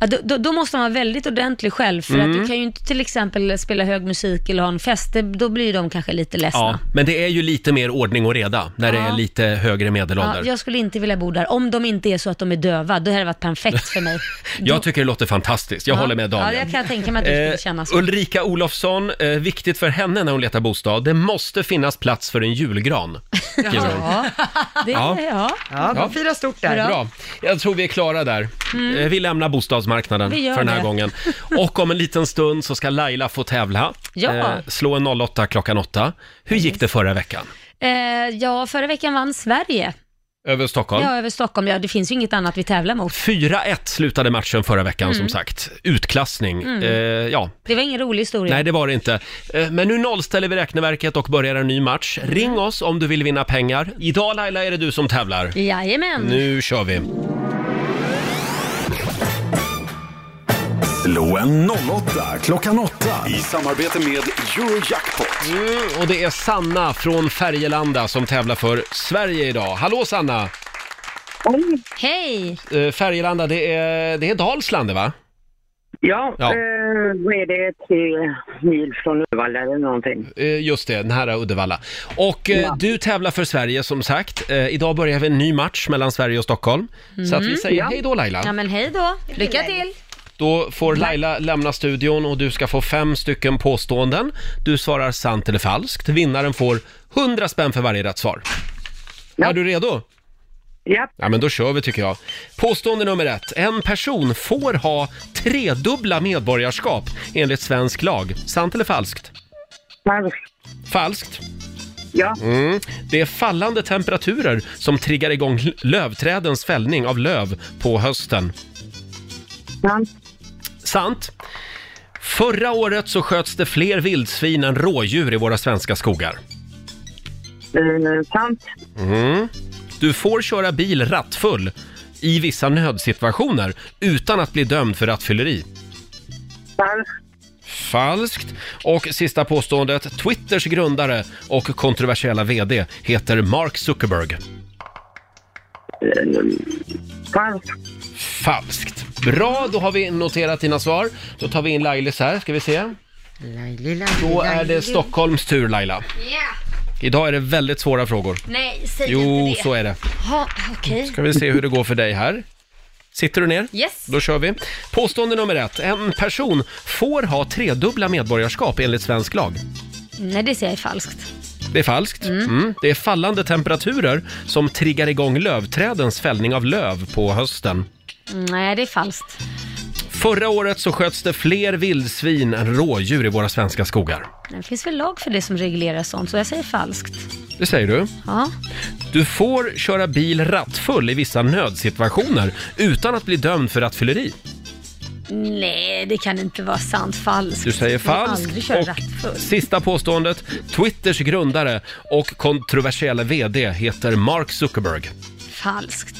S4: Ja, då, då, då måste man vara väldigt ordentlig själv, för att
S1: Mm.
S4: du kan ju inte till exempel spela hög musik eller ha en fest, det, då blir ju de kanske lite
S1: Ja,
S4: ledsna.
S1: men det är ju lite mer ordning och reda när det
S4: Ja.
S1: är lite högre medelålder.
S4: Ja,
S1: jag...
S4: jag skulle inte vilja bo där, om de inte är så att de är döva, då hade det varit perfekt för mig.
S1: tycker det låter fantastiskt. Jag
S4: Ja.
S1: håller med Daniel.
S4: Ja, jag kan tänka mig att du
S1: Eh,
S4: skulle känna så.
S1: Ulrika Olofsson, eh, viktigt för henne när hon letar bostad, det måste finnas plats för en julgran. skriver hon.
S4: Ja, det,
S1: Ja.
S4: ja. ja.
S1: Ja. Bra. Jag tror vi är klara där.
S4: Mm.
S1: Eh, Vi lämnar bostadsmarknaden
S4: Vi gör
S1: för den här
S4: det.
S1: gången. Och om en liten stund så ska Laila få tävla. Eh,
S4: Ja.
S1: slå en 08 klockan 8. Hur gick det förra veckan?
S4: Eh, ja, förra veckan vann Sverige.
S1: Över Stockholm?
S4: Ja, över Stockholm. Ja, det finns ju inget annat vi tävlar mot.
S1: 4-1 slutade matchen förra veckan
S4: Mm.
S1: som sagt. Utklassning.
S4: Mm.
S1: Eh, ja,
S4: Det var ingen rolig historia.
S1: Nej, det var det inte. Eh, Men nu nollställer vi räkneverket och börjar en ny match. Ring oss om du vill vinna pengar. Idag Laila är det du som tävlar.
S4: Jajamän.
S1: Nu kör vi.
S11: Slå en 08 klockan 8 i samarbete med Eurojackpot.
S1: Mm, och det är Sanna från Färgelanda som tävlar för Sverige idag. Hallå Sanna!
S4: Hej!
S1: Eh, Färgelanda, det är, det är Dalsland det, va?
S13: Ja,
S1: Ja.
S13: Eh, vad är det? Tre mil från Uddevalla eller någonting.
S1: Eh, Just det, nära Uddevalla. Och eh,
S13: Ja.
S1: du tävlar för Sverige som sagt. Eh, Idag börjar vi en ny match mellan Sverige och Stockholm. Så att vi
S4: Mm.
S1: säger hej då Laila.
S4: Ja, men hej då. Lycka till.
S1: Då får Laila lämna studion och du ska få fem stycken påståenden. Du svarar sant eller falskt. Vinnaren får 100 spänn för varje rätt svar. Är du redo?
S13: Ja.
S1: Ja, men då kör vi tycker jag. Påstående nummer ett. En person får ha tredubbla medborgarskap enligt svensk lag. Sant eller falskt?
S13: Falskt.
S1: Falskt?
S13: Ja.
S1: Mm. Det är fallande temperaturer som triggar igång l- lövträdens fällning av löv på hösten.
S13: Sant.
S1: Sant. Förra året så sköts det fler vildsvin än rådjur i våra svenska skogar.
S13: Eh, sant.
S1: Mm. Du får köra bil rattfull i vissa nödsituationer utan att bli dömd för rattfylleri.
S13: Falskt.
S1: Falskt. Och sista påståendet. Twitters grundare och kontroversiella VD heter Mark Zuckerberg.
S13: Falskt.
S1: Falskt. Bra, då har vi noterat dina svar. Då tar vi in Lailis här, ska vi se. Då är det Stockholms tur Laila. Idag är det väldigt svåra frågor.
S4: Nej, säg inte
S1: Jo,
S4: det.
S1: så är det.
S4: Ha, okej.
S1: Ska vi se hur det går för dig här. Sitter du ner?
S4: Yes.
S1: Då kör vi. Påstående nummer ett. En person får ha tredubbla medborgarskap enligt svensk lag.
S4: Nej, det ser jag är falskt.
S1: Det är falskt. Mm. Det är fallande temperaturer som triggar igång lövträdens fällning av löv på hösten.
S4: Nej, det är falskt.
S1: Förra året så sköts det fler vildsvin än rådjur i våra svenska skogar.
S4: Det finns väl lag för det som reglerar sånt, så jag säger falskt.
S1: Det säger du.
S4: Ja.
S1: Du får köra bil rattfull i vissa nödsituationer utan att bli dömd för rattfylleri.
S4: Nej, det kan inte vara sant. Falskt.
S1: Du säger
S4: Jag aldrig
S1: falskt.
S4: kör
S1: Och
S4: rattfull.
S1: sista påståendet. Twitters grundare och kontroversiella VD heter Mark Zuckerberg.
S4: Falskt.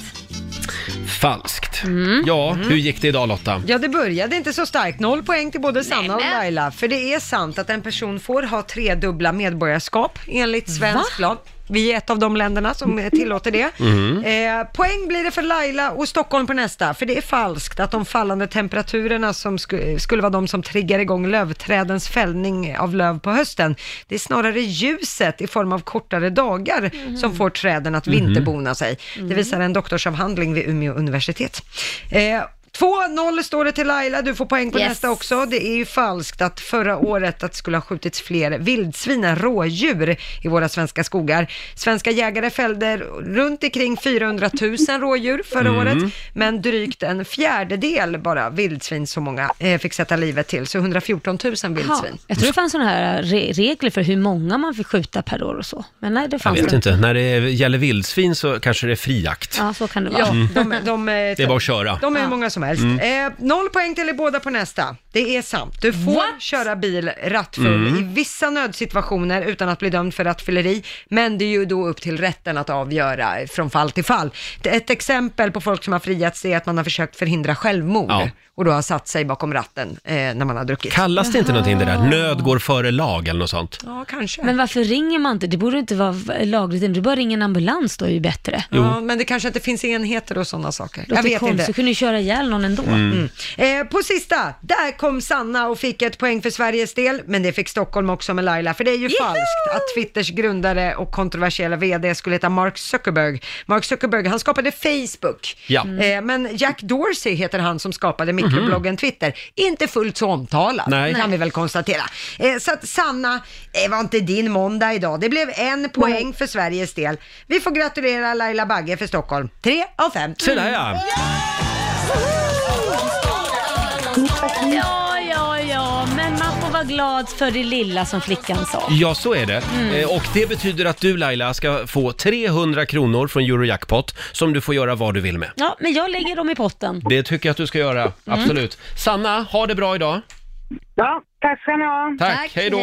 S1: Falskt.
S4: Mm.
S1: Ja, hur gick det idag Lotta?
S2: Ja, det började inte så starkt. Noll poäng till både Sanna och Laila. För det är sant att en person får ha tre dubbla medborgarskap enligt svensk lag. Vi är ett av de länderna som eh, tillåter det.
S5: Mm.
S2: Eh, poäng blir det för Laila och Stockholm på nästa, för det är falskt att de fallande temperaturerna som sku- skulle vara de som triggar igång lövträdens fällning av löv på hösten, det är snarare ljuset i form av kortare dagar
S5: Mm.
S2: som får träden att
S5: Mhm.
S2: vinterbona sig.
S5: Mm.
S2: Det visar en doktorsavhandling vid Umeå universitet. Eh, 2-0 står det till Laila, du får poäng på
S5: Yes.
S2: nästa också. Det är ju falskt att förra året att skulle ha skjutits fler vildsvin än rådjur i våra svenska skogar. Svenska jägare fällde runt omkring 400 000 rådjur förra
S5: Mm.
S2: året, men drygt en fjärdedel bara vildsvin så många eh, fick sätta livet till, så 114 000
S4: Ja,
S2: vildsvin.
S4: jag tror det fanns sådana här eh, re- regler för hur många man fick skjuta per år och så. Men nej, det
S1: Jag
S4: fanns
S1: vet inte. När det gäller vildsvin så kanske det är friakt.
S4: Ja, så kan det vara.
S2: Ja,
S1: Mm.
S2: de, de, eh,
S1: Det är bara att köra.
S2: De är hur många som helst.
S1: Mm.
S2: Eh, noll poäng till er båda på nästa. Det är sant. Du får köra bil rattfull
S1: Mm.
S2: i vissa nödsituationer utan att bli dömd för rattfylleri, men det är ju då upp till rätten att avgöra från fall till fall. Ett exempel på folk som har friats är att man har försökt förhindra självmord
S1: Ja.
S2: och då har satt sig bakom ratten eh, när man har druckit.
S1: Kallas det inte någonting det där? Nöd går före lag eller något sånt?
S2: Ja, kanske.
S4: Men varför ringer man inte? Det borde inte vara lagligt. Du bara ringer en ambulans, då är ju bättre.
S1: Jo.
S2: Ja, men det kanske inte finns enheter och sådana saker.
S4: Låter
S2: Jag vet
S4: konstigt.
S2: inte.
S4: Så kunde du köra ihjäl någon ändå.
S1: Mm.
S2: Mm. Eh, på sista, där kom Sanna och fick ett poäng för Sveriges del, men det fick Stockholm också med Laila, för det är ju falskt att Twitters grundare och kontroversiella VD skulle heta Mark Zuckerberg. Mark Zuckerberg, han skapade Facebook,
S5: Ja.
S2: eh, men Jack Dorsey heter han som skapade mikrobloggen Twitter. Inte fullt så omtalad,
S5: Nej.
S2: kan vi väl konstatera. Eh, så att Sanna, det var inte din måndag idag. Det blev en poäng för Sveriges del. Vi får gratulera Laila Bagge för Stockholm. Tre av fem.
S1: Se där
S4: Mm.
S1: ja!
S4: Ja, ja, ja, men man får vara glad för det lilla som flickan sa.
S1: Ja, så är det.
S4: Mm.
S1: Eh, Och det betyder att du Laila ska få 300 kronor från Eurojackpot som du får göra vad du vill med.
S4: Ja, men jag lägger dem i potten.
S1: Det tycker jag att du ska
S4: Mm.
S1: göra, absolut. Sanna, ha det bra idag.
S13: Ja, tack ska ni ha.
S1: Tack, hej då.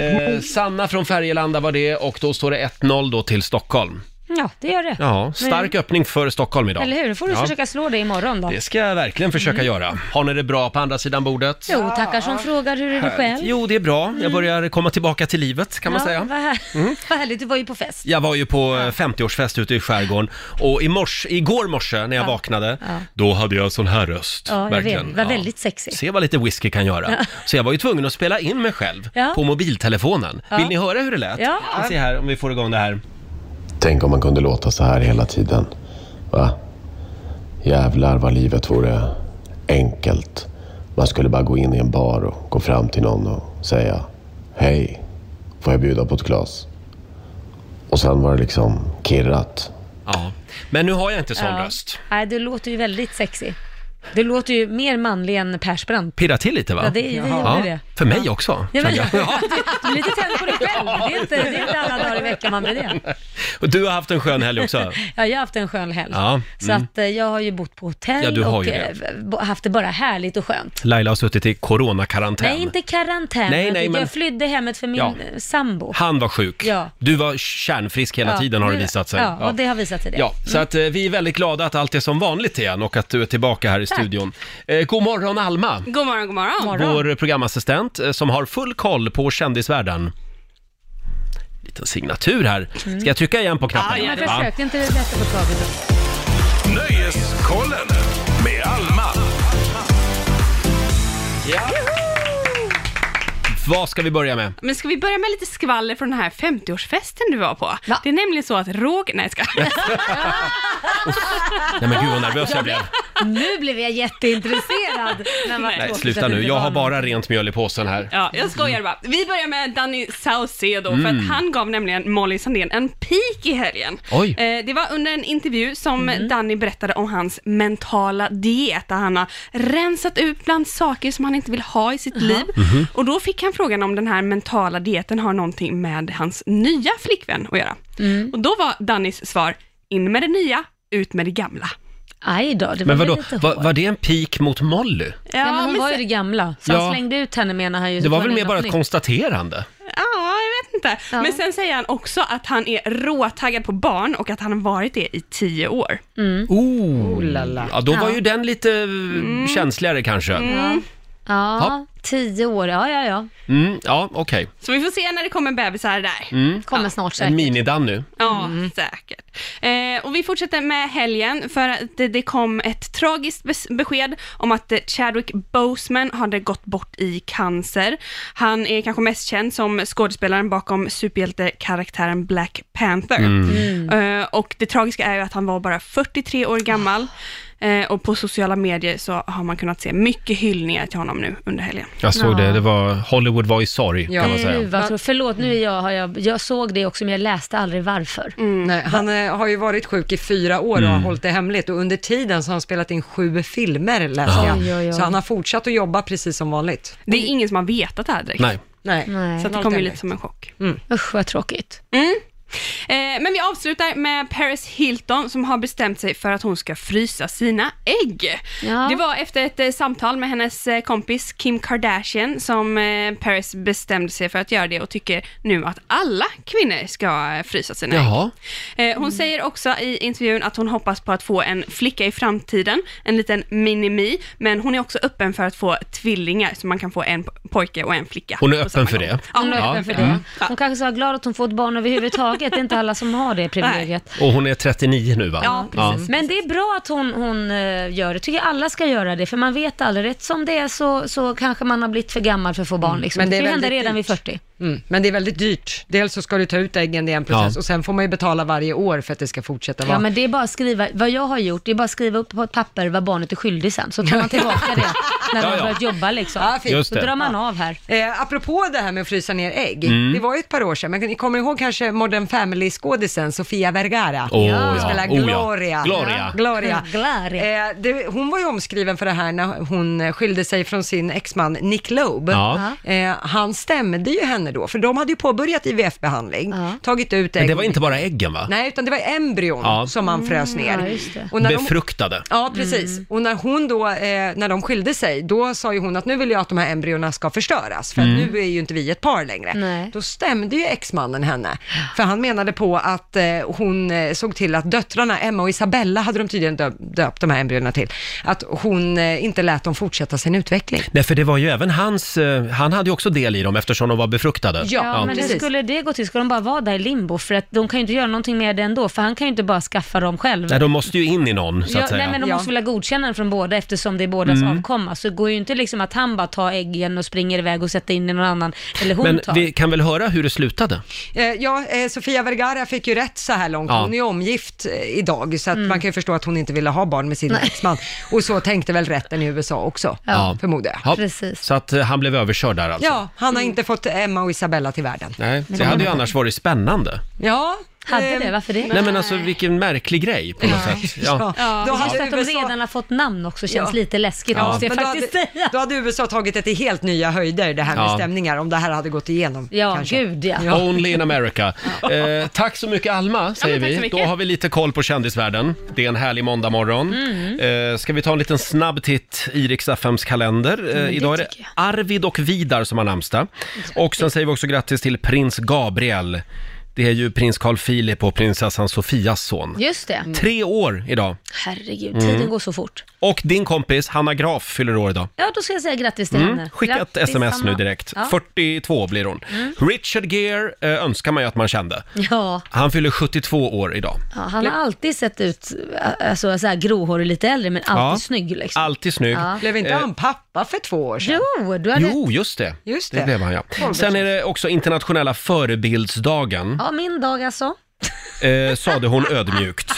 S1: Eh, Sanna från Färgelanda var det och då står det 1-0 då till Stockholm.
S4: Ja, det gör det.
S1: Ja, stark öppning för Stockholm idag.
S4: Eller hur? Då får du
S1: ja.
S4: försöka slå det imorgon då.
S1: Det ska jag verkligen försöka göra. Har ni det bra på andra sidan bordet?
S4: Jo, tackar som frågar. Hur är det själv?
S1: Jo, det är bra. Jag börjar komma tillbaka till livet kan man
S4: ja,
S1: säga. Mm.
S4: Vad, här... vad härligt, du var ju på fest.
S1: Jag var ju på eh, 50-årsfest ute i skärgården och i mors, igår morse när jag
S4: Ja.
S1: vaknade,
S4: Ja.
S1: då hade jag sån här röst.
S4: Ja, jag vet.
S1: verkligen.
S4: Det var väldigt sexigt.
S1: Se vad lite whisky kan göra.
S4: Ja.
S1: Så jag var ju tvungen att spela in mig själv
S4: Ja.
S1: på mobiltelefonen.
S4: Ja.
S1: Vill ni höra hur det lät?
S4: Ja.
S1: Vi ser här om vi får igång det här.
S6: Tänk om man kunde låta så här hela tiden. Va? Jävlar vad livet vore enkelt. Man skulle bara gå in i en bar och gå fram till någon och säga Hej, får jag bjuda på ett glas? Och sen var det liksom kirrat.
S1: Ja. Men nu har jag inte sån röst.
S4: Nej, du låter ju väldigt sexy. Du låter ju mer manlig än Persbrandt.
S1: Pirra till lite va?
S4: Ja, det- det gjorde det.
S1: För mig också,
S4: Ja, men,
S1: kände jag. Ja.
S4: du, du är lite tänd på dig själv. Det är, inte, det är inte alla dagar i veckan man blir det.
S1: Och du har haft en skön helg också.
S4: Ja, jag har haft en skön helg.
S1: Ja,
S4: Så
S1: mm.
S4: att eh, jag har ju bott på hotell
S1: Ja, du har
S4: och
S1: ju
S4: eh,
S1: det.
S4: b- haft det bara härligt och skönt.
S1: Laila har suttit i coronakarantän.
S4: Nej, inte karantän.
S1: Nej,
S4: Jag
S1: nej,
S4: fick-
S1: men-
S4: Jag flydde hemmet för min
S1: Ja.
S4: eh, sambo.
S1: Han var sjuk.
S4: Ja.
S1: Du var kärnfrisk hela
S4: Ja,
S1: tiden har det visat sig.
S4: Ja, och det har visat sig det.
S1: Ja, så
S4: Mm.
S1: att eh, vi är väldigt glada att allt är som vanligt igen och att du är tillbaka här i
S14: Tack.
S1: studion. Eh, god morgon Alma!
S14: God morgon, god morgon.
S1: Vår programassistent eh, som har full koll på kändisvärlden. Liten signatur här.
S4: Mm.
S1: Ska jag trycka igen på
S4: Ja,
S1: knappen?
S4: men
S1: Ja.
S4: försök inte lätta på taget.
S11: Nöjeskollen med Alma.
S1: Vad ska vi börja med?
S14: Men ska vi börja med lite skvaller från den här 50-årsfesten du var på? Det är nämligen så att Roger... Nej, jag skojar.
S1: Nej men gud vad nervös jag blev.
S4: Nu blev jag jätteintresserad. Men vad
S1: Nej,
S4: tråkigt
S1: sluta
S4: att det
S1: nu.
S4: inte
S1: Jag
S4: var
S1: har
S4: någon.
S1: bara rent mjöl i påsen här.
S14: Ja, jag skojar bara. Vi börjar med Danny Saucedo, för
S1: Mm.
S14: att han gav nämligen Molly Sandén en pik i helgen.
S1: Oj.
S14: Eh, det var under en intervju som Danny berättade om hans mentala diet, där han har rensat ut bland saker som han inte vill ha i sitt liv.
S5: Mhm.
S14: Och då fick han frågan om den här mentala dieten har någonting med hans nya flickvän att göra. Och då var Dannys svar, in med det nya, ut med det gamla.
S4: Aj då, det var
S1: Men
S4: väl
S1: vadå,
S4: lite hårt.
S1: var, var det en pik mot Molly?
S4: Ja, men hon
S14: men
S4: var ju
S14: sen-
S4: det gamla, så
S1: Ja.
S4: han slängde ut henne menar han ju.
S1: Det
S4: så
S1: var
S4: får
S1: väl
S4: han
S1: mer
S4: in
S1: bara
S4: något
S1: ett
S4: nytt.
S1: konstaterande?
S14: Ja, jag vet inte. Men sen säger han också att han är råtaggad på barn och att han har varit det i tio år.
S1: Oh. Ja, då var
S4: Ja.
S1: ju den lite eh, känsligare kanske.
S4: Ja.
S1: Ja.
S4: ja, tio år, ja ja ja.
S1: Mm, ja, okej.
S14: Så vi får se när det kommer bebisar där.
S1: Mm.
S4: Kommer snart
S1: En minidan nu.
S14: Ja, säkert. Eh, och vi fortsätter med helgen, för att det, det kom ett tragiskt bes- besked om att eh, Chadwick Boseman hade gått bort i cancer. Han är kanske mest känd som skådespelaren bakom superhjältekaraktären Black Panther.
S5: Mm.
S14: Eh, och det tragiska är ju att han var bara 43 år gammal. Eh, och på sociala medier så har man kunnat se mycket hyllningar till honom nu under helgen.
S1: Jag såg det, det var Hollywood var i sorg kan man
S4: Gud,
S1: säga.
S4: vad tro- Förlåt, nu är jag, har jag, jag såg det också men jag läste aldrig varför.
S2: Nej, han eh, har ju varit sjuk i fyra år och har
S4: Mm.
S2: hållit det hemligt och under tiden så har han spelat in sju filmer läste
S4: Oj,
S2: jag.
S4: oj, oj.
S2: Så han har fortsatt att jobba precis som vanligt.
S14: Det är ingen som har vetat det här direkt.
S1: Nej.
S2: Nej.
S14: Så att det
S2: Hållit
S14: kom ju
S2: hemligt.
S14: lite som en chock.
S4: Usch vad tråkigt.
S14: Mm. Eh, men vi avslutar med Paris Hilton som har bestämt sig för att hon ska frysa sina ägg.
S4: Ja.
S14: Det var efter ett eh, samtal med hennes eh, kompis Kim Kardashian som eh, Paris bestämde sig för att göra det och tycker nu att alla kvinnor ska eh, frysa sina
S1: Jaha. Mm.
S14: ägg. Eh, hon säger också i intervjun att hon hoppas på att få en flicka i framtiden, en liten mini-me, men hon är också öppen för att få tvillingar så man kan få en po- pojke och en flicka.
S1: Hon är
S14: på
S1: öppen
S14: samma
S1: för
S14: gång.
S1: det.
S14: Ja,
S4: Hon,
S1: Ja,
S4: ja, för det.
S1: mm.
S4: hon kanske ska vara glad att hon får ett barn överhuvudtaget. Det är inte alla som har det privilegiet.
S1: Och hon är 39 nu va?
S4: Ja, precis. Men det är bra att hon, hon eh, gör det. tycker alla ska göra det, för man vet aldrig. Rätt som det är så, så kanske man har blivit för gammal för att få barn. Liksom.
S2: Men det
S4: det
S2: är
S4: kan ju
S2: väldigt
S4: hända redan
S2: dyrt.
S4: vid 40.
S2: Mm. Men det är väldigt dyrt. Dels så ska du ta ut äggen, det är en process,
S4: Ja.
S2: och sen får man ju betala varje år för att det ska fortsätta vara.
S4: Ja, men det är bara att skriva, vad jag har gjort, det är bara att skriva upp på ett papper vad barnet är skyldig sen, så tar man tillbaka det
S2: Ja,
S4: när man
S2: ja.
S4: har börjat jobba liksom.
S2: Ja, fint.
S4: så drar man av här.
S2: Eh, apropå det här med att frysa ner ägg,
S4: Mm.
S2: det var ju ett par år sedan, men ni kommer ihåg kanske Modern Family-skådisen Sofia Vergara?
S5: Åh,
S2: Hon
S5: ja.
S2: spelar
S5: Oh, ja.
S2: Gloria.
S5: Gloria.
S2: Gloria. Eh, det, hon var ju omskriven för det här när hon skilde sig från sin exman Nick Loeb.
S1: Ja.
S2: Eh, han stämde ju henne då, för de hade ju påbörjat IVF-behandling, tagit ut ägg.
S1: Men det var inte bara äggen va?
S2: Nej, utan det var embryon
S1: Ja.
S2: som man frös
S1: Mm,
S2: ner.
S1: ja, just det.
S2: Och när de-
S1: Befruktade.
S2: Ja, precis. Och när hon då, eh, när de skilde sig, då sa ju hon att nu vill jag att de här embryona ska förstöras, för att
S5: Mm.
S2: nu är ju inte vi ett par längre.
S5: Nej.
S2: Då stämde ju exmannen henne, för han menade på att eh, hon eh, såg till att döttrarna, Emma och Isabella hade de tydligen döpt, döpt de här embryona till, att hon eh, inte lät dem fortsätta sin utveckling.
S1: Nej, för det var ju även hans, eh, han hade ju också del i dem eftersom de var befruktade.
S4: Ja, men hur skulle det gå till? Ska de bara vara där i limbo? För att de kan ju inte göra någonting med det ändå, för han kan ju inte bara skaffa dem själv.
S1: Nej, de måste ju in i någon så
S4: ja,
S1: att säga.
S4: Nej, men de måste väl ha godkännande från båda eftersom det är bådas
S1: Mm.
S4: avkomma. Så det går ju inte liksom att han bara tar äggen och springer iväg och sätter in i någon annan, eller hon
S1: Men
S4: tar.
S1: vi kan väl höra hur det slutade?
S2: Eh, ja, eh, Sofia Vergara fick ju rätt så här långt.
S1: Ja.
S2: Hon är ju omgift eh, idag, så att man kan ju förstå att hon inte ville ha barn med sin exman. Och så tänkte väl rätten i USA också, förmodar jag.
S1: Ja, Så att eh, han blev överkörd där alltså?
S2: Ja, han har inte fått Emma och Isabella till världen.
S1: Nej,
S2: Men de-
S1: det hade ju annars varit spännande.
S2: Ja,
S4: Hade
S2: Ehm,
S4: det? Varför det?
S1: Nej men alltså vilken märklig grej på något sätt. Ja.
S4: Ja.
S2: Då
S4: Just
S2: hade
S4: att de
S2: USA
S4: redan har fått namn också känns
S2: Ja.
S4: lite läskigt
S2: Ja.
S4: måste jag
S2: Men då
S4: faktiskt
S2: hade, Då hade USA tagit det till helt nya höjder, det här med
S1: Ja.
S2: stämningar, om det här hade gått igenom.
S4: Ja,
S2: kanske.
S4: gud ja.
S1: Only in America. Eh, tack så mycket Alma, säger
S2: tack så
S1: vi.
S2: mycket.
S1: Då har vi lite koll på kändisvärlden. Det är en härlig måndagmorgon. Eh, ska vi ta en liten snabb titt i Rix FMs kalender? Eh,
S15: det
S1: idag är det Arvid och Vidar som har namnsdag. Och sen säger vi också grattis till prins Gabriel. Det är ju prins Carl Philip och prinsessan Sofias son.
S4: Just det.
S2: Mm.
S1: Tre år idag.
S4: Herregud,
S1: Mm.
S4: tiden går så fort.
S1: Och din kompis Hanna Graf fyller år idag.
S4: Ja, då ska jag säga grattis till
S1: Mm.
S4: henne.
S1: Skicka ett
S4: Grattis,
S1: sms nu
S4: Hanna.
S1: direkt.
S4: Ja.
S1: 42 blir hon.
S4: Mm.
S1: Richard Gere eh, önskar man ju att man kände.
S4: Ja.
S1: Han fyller 72 år idag.
S4: ja, han har alltid sett ut äh, alltså, så här gråhårig, lite äldre, men alltid snygg liksom.
S1: Alltid snygg.
S4: Ja. Blev
S1: Eh.
S4: inte han
S2: pappa för två år
S4: sedan? Jo, du hade...
S1: Jo, just det.
S4: Just
S1: det.
S4: det.
S1: blev han ja.
S4: Åldersmässigt.
S1: Sen är det också internationella förebildsdagen,
S4: Ja, min dag alltså.
S1: eh, sade hon ödmjukt.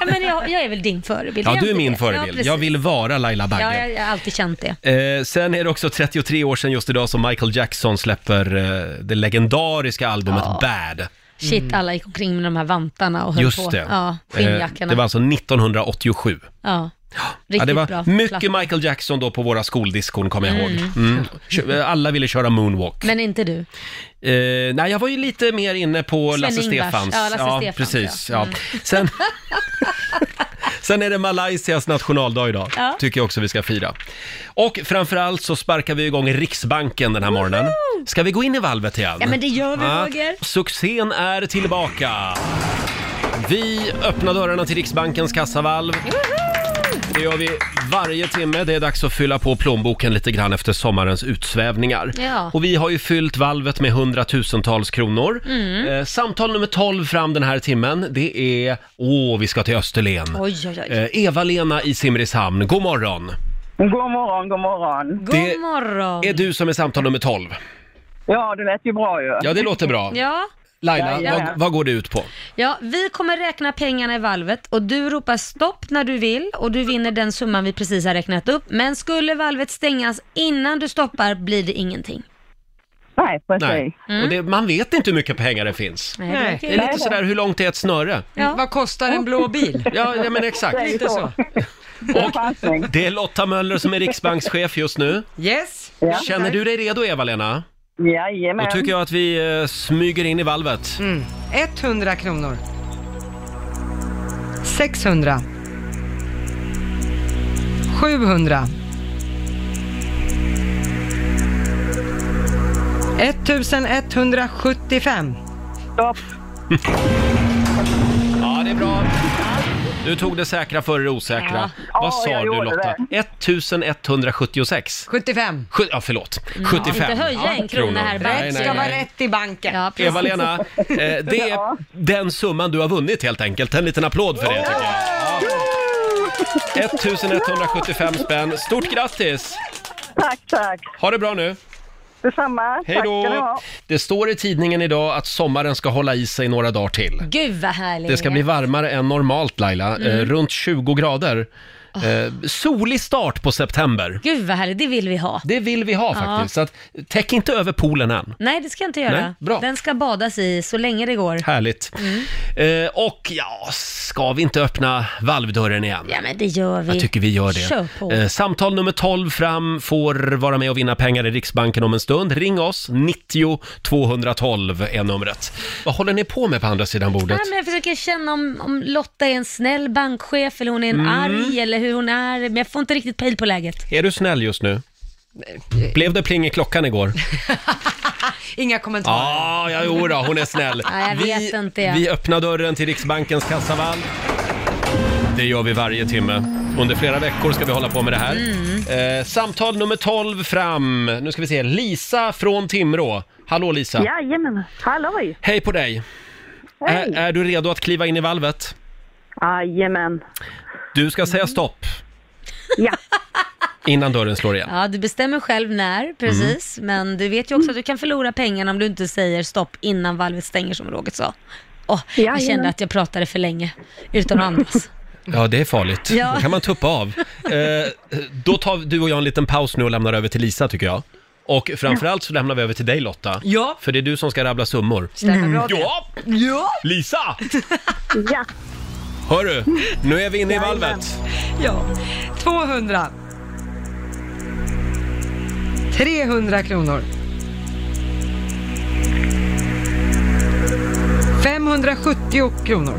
S4: Ja, men jag, jag är väl din förebild?
S1: Ja,
S4: jag
S1: du är
S4: inte
S1: min
S4: det? Ja,
S1: förebild.
S4: precis.
S1: Jag vill vara Laila
S4: Ja,
S1: Bagge.
S4: jag, jag har alltid känt det.
S1: Eh, sen är det också 33 år sedan just idag som Michael Jackson släpper eh, det legendariska albumet
S4: Ja.
S1: Bad.
S4: Shit, alla gick omkring med de här vantarna och höll på.
S1: Mm. Just det.
S4: Ja,
S1: Eh,
S4: skinnjackorna.
S1: Det var alltså 1987.
S4: ja. Riktigt
S1: Ja, det var
S4: bra.
S1: mycket
S4: platta.
S1: Michael Jackson då på våra skoldiskon, kommer jag
S4: Mm.
S1: ihåg. Mm. Kö- Alla ville köra moonwalk.
S4: Men inte du.
S1: Eh, nej, jag var ju lite mer inne på
S4: Sven
S1: Lasse
S4: Ingvars.
S1: Stefans.
S4: Ja, Lasse Stefans,
S1: precis. Ja.
S4: ja. Mm.
S1: Sen, sen är det Malaysias nationaldag idag.
S4: Ja.
S1: Tycker jag också vi ska fira. Och framförallt så sparkar vi igång Riksbanken den här morgonen. Ska vi gå in i valvet igen?
S4: Ja, men det gör vi,
S1: Mm.
S4: Roger.
S1: Succén är tillbaka. Vi öppnar dörrarna till Riksbankens kassavalv. Det gör vi varje timme. Det är dags att fylla på plånboken lite grann efter sommarens utsvävningar.
S4: Ja.
S1: Och vi har ju fyllt valvet med hundratusentals kronor.
S4: Mm.
S1: Eh, samtal nummer 12 fram den här timmen, det är... Åh, vi ska till Österlen.
S4: Oj, oj, oj.
S1: Eh, Eva-Lena i Simrishamn, god morgon.
S16: God morgon, god morgon.
S1: God Det-
S4: morgon.
S1: Är du som är samtal nummer 12?
S16: Ja, det lät ju bra ju.
S1: Ja, det låter bra.
S4: Ja.
S1: Laila,
S4: Ja, ja.
S1: Vad, vad går det ut på?
S4: Ja, vi kommer räkna pengarna i valvet och du ropar stopp när du vill och du vinner den summan vi precis har räknat upp. Men skulle valvet stängas innan du stoppar blir det ingenting.
S16: Nej, precis.
S1: Nej.
S2: Mm.
S1: Och det, man vet inte hur mycket pengar det finns.
S4: Nej, det är
S1: Det är lite
S4: kul.
S1: sådär, hur långt är ett snöre?
S2: Vad kostar en blå bil?
S1: Ja, ja, men exakt.
S2: Lite så.
S1: Det är Lotta Möller som är riksbankschef just nu.
S2: Yes.
S1: Känner du dig redo, Eva-Lena? Då
S2: Jajamän.
S1: tycker jag att vi eh, smyger in i valvet.
S2: Mm. 100 kronor. 600. 700. 1175.
S16: Stopp.
S1: Ja, det är bra. Du tog det säkra före det osäkra.
S2: Ja.
S1: Vad
S2: Ja,
S1: sa
S2: jag
S1: du
S2: gjorde
S1: Lotta? 1176?
S2: 75.
S1: Sju- Ja, förlåt. 75
S2: Mm. inte höja
S1: Ja,
S2: en krona här bara.
S1: Nej,
S2: Rätt
S1: nej,
S2: ska vara
S1: nej.
S2: rätt i banken.
S1: Eva-Lena, eh, det är den summan du har vunnit helt enkelt. En liten applåd för det tycker jag. Ja. 1175 spänn. Stort grattis!
S16: Tack, tack.
S1: Ha det bra nu.
S16: Detsamma.
S1: Hej
S16: Tack ska ni
S1: då!
S16: ha.
S1: Det står i tidningen idag att sommaren ska hålla i sig några dagar till.
S4: Gud vad härligt.
S1: Det ska bli varmare än normalt Laila,
S4: Mm.
S1: eh, runt 20 grader. Eh, solig start på september.
S4: Gud vad härligt, det vill vi ha.
S1: Det vill vi ha
S4: Ja.
S1: faktiskt, så att, täck inte över poolen än.
S4: Nej, det ska jag inte göra.
S1: Nej, bra.
S4: Den ska badas i så länge det går.
S1: Härligt. Eh, och ja, ska vi inte öppna valvdörren igen?
S4: Ja, men det gör vi.
S1: Jag tycker vi gör det.
S4: Kör på.
S1: Eh, samtal nummer 12 fram får vara med och vinna pengar i Riksbanken om en stund. Ring oss, 90 212 är numret. Vad håller ni på med på andra sidan bordet?
S4: Nej, men jag försöker känna om, om Lotta är en snäll bankchef eller hon är en
S1: Mm.
S4: arg eller hur hon är, men jag får inte riktigt pejl på läget.
S1: Är du snäll just nu? Blev det pling i klockan igår?
S2: Inga kommentarer.
S1: Ah, ja, jo då, hon är snäll.
S4: Nej, jag vet inte. Jag.
S1: Vi öppnar dörren till Riksbankens kassavalv. Det gör vi varje timme. Under flera veckor ska vi hålla på med det här.
S4: Mm.
S1: Eh, samtal nummer 12 fram. Nu ska vi se. Lisa från Timrå. Hallå Lisa.
S9: Jajamän. Halloj.
S1: Hej på dig.
S9: Hej.
S1: Är, är du redo att kliva in i valvet?
S9: Jajamän.
S1: Du ska säga stopp. Innan dörren slår igen.
S4: Ja, du bestämmer själv när,
S1: Mm.
S4: precis. Men du vet ju också att du kan förlora pengarna om du inte säger stopp innan valvet stänger, som Roger sa. Åh, jag kände
S1: Jajamän.
S4: att jag pratade för länge utan att andas.
S1: Ja, det är farligt.
S4: Ja.
S1: Då kan man tuppa av. Eh, då tar du och jag en liten paus nu och lämnar över till Lisa tycker jag. Och framförallt så lämnar vi över till dig Lotta.
S2: Ja.
S1: För det är du som ska rabbla summor. Mm.
S2: Stämmer bra det.
S1: Ja!
S2: Ja!
S1: Lisa!
S2: Ja.
S1: Hörru, nu är vi inne i valvet.
S2: Ja. 200. 300 kronor. 570 kronor.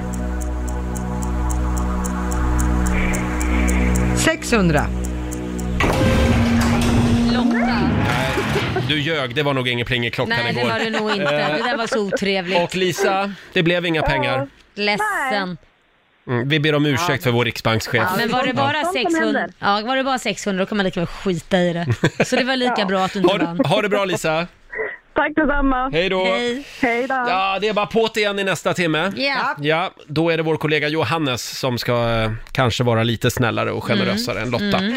S2: 600.
S1: Du ljög, det var nog ingen plingeklockan
S4: Nej,
S1: igår.
S4: det var det nog inte. Det där var så otrevligt.
S1: Eh. Och Lisa, det blev inga pengar.
S4: Ledsen.
S1: Mm, vi ber om ursäkt för vår riksbankschef.
S4: Ja, men var det, bara
S1: Ja.
S4: 600, ja, var det bara 600 då kan man lika väl skita i det. Så det var lika bra att du inte vann.
S1: Ha det bra Lisa!
S9: Tack detsamma.
S1: Hej då. Hej.
S9: Hej då.
S1: Ja, det är bara på igen i nästa timme.
S9: Ja.
S1: Ja, då är det vår kollega Johannes som ska eh, kanske vara lite snällare och generösare än Lotta.
S2: Mm.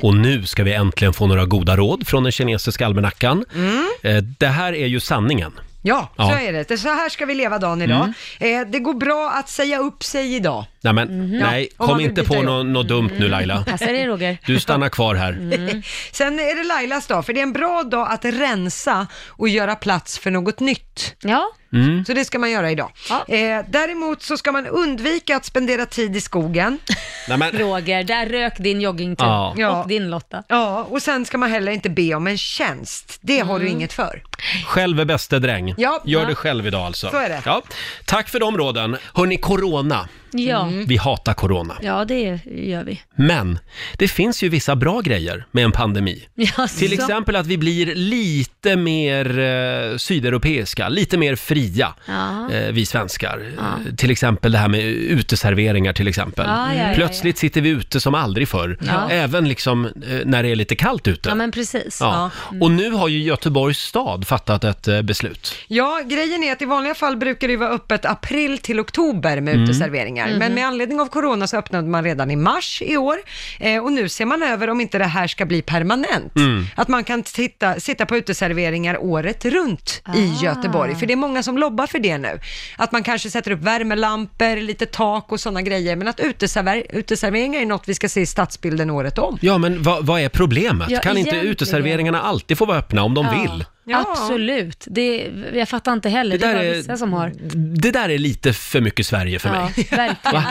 S1: Och nu ska vi äntligen få några goda råd från den kinesiska almanackan.
S2: Mm.
S1: Eh, Det här är ju sanningen.
S2: Ja, så
S1: Ja.
S2: är det. det. Så här ska vi leva dagen idag. Eh, det går bra att säga upp sig idag.
S1: Nej, men, nej
S2: Mm. Ja, om man
S1: kom
S2: vill
S1: inte
S2: byta
S1: på
S2: jobb. Mm.
S1: något nå dumt nu Laila.
S2: Roger.
S1: Du stannar kvar här.
S2: Mm. Sen är det Lailas dag, för det är en bra dag att rensa och göra plats för något nytt.
S4: Ja.
S1: Mm.
S2: Så det ska man göra idag. Eh, däremot så ska man undvika att spendera tid i skogen.
S1: Nej, men,
S4: Roger, där rök din joggingtur
S1: Ja.
S4: och din Lotta.
S2: Ja, och sen ska man heller inte be om en tjänst. Det har du inget för.
S1: Själv är bäste dräng.
S2: Ja.
S1: Gör
S2: Ja.
S1: det själv idag alltså.
S2: Så är det.
S1: Ja. Tack för de råden. Hörni, corona.
S4: Ja. Mm.
S1: Vi hatar corona.
S4: Ja, det gör vi.
S1: Men det finns ju vissa bra grejer med en pandemi.
S4: Jaså?
S1: Till exempel att vi blir lite mer eh, sydeuropeiska, lite mer fria,
S4: Ja.
S1: eh, vi svenskar. Eh, Till exempel det här med uteserveringar till exempel.
S4: Ja, ja, ja, ja.
S1: Plötsligt sitter vi ute som aldrig förr,
S4: Ja.
S1: även liksom eh, när det är lite kallt ute.
S4: Ja, men precis.
S1: Ja. Och nu har ju Göteborgs stad fattat ett eh, beslut.
S2: Ja, grejen är att i vanliga fall brukar det ju vara öppet april till oktober med
S1: Mm.
S2: uteserveringar.
S1: Mhm.
S2: Men med anledning av corona så öppnade man redan i mars i år. Eh, och nu ser man över om inte det här ska bli permanent.
S5: Mm.
S2: Att man kan titta, sitta på uteserveringar året runt i Göteborg. För det är många som lobbar för det nu. Att man kanske sätter upp värmelampor, lite tak och sådana grejer. Men att uteserver, uteserveringar är något vi ska se i stadsbilden året om.
S1: Ja, men vad, vad är problemet?
S4: Ja,
S1: kan inte
S4: egentligen.
S1: uteserveringarna alltid få vara öppna om de
S4: Ja.
S1: vill?
S4: Absolut. Det, jag fattar inte heller. Det,
S1: där
S4: är bara
S1: är-
S4: vissa som har.
S1: Det där är lite för mycket Sverige för mig.
S4: Ja, verkligen.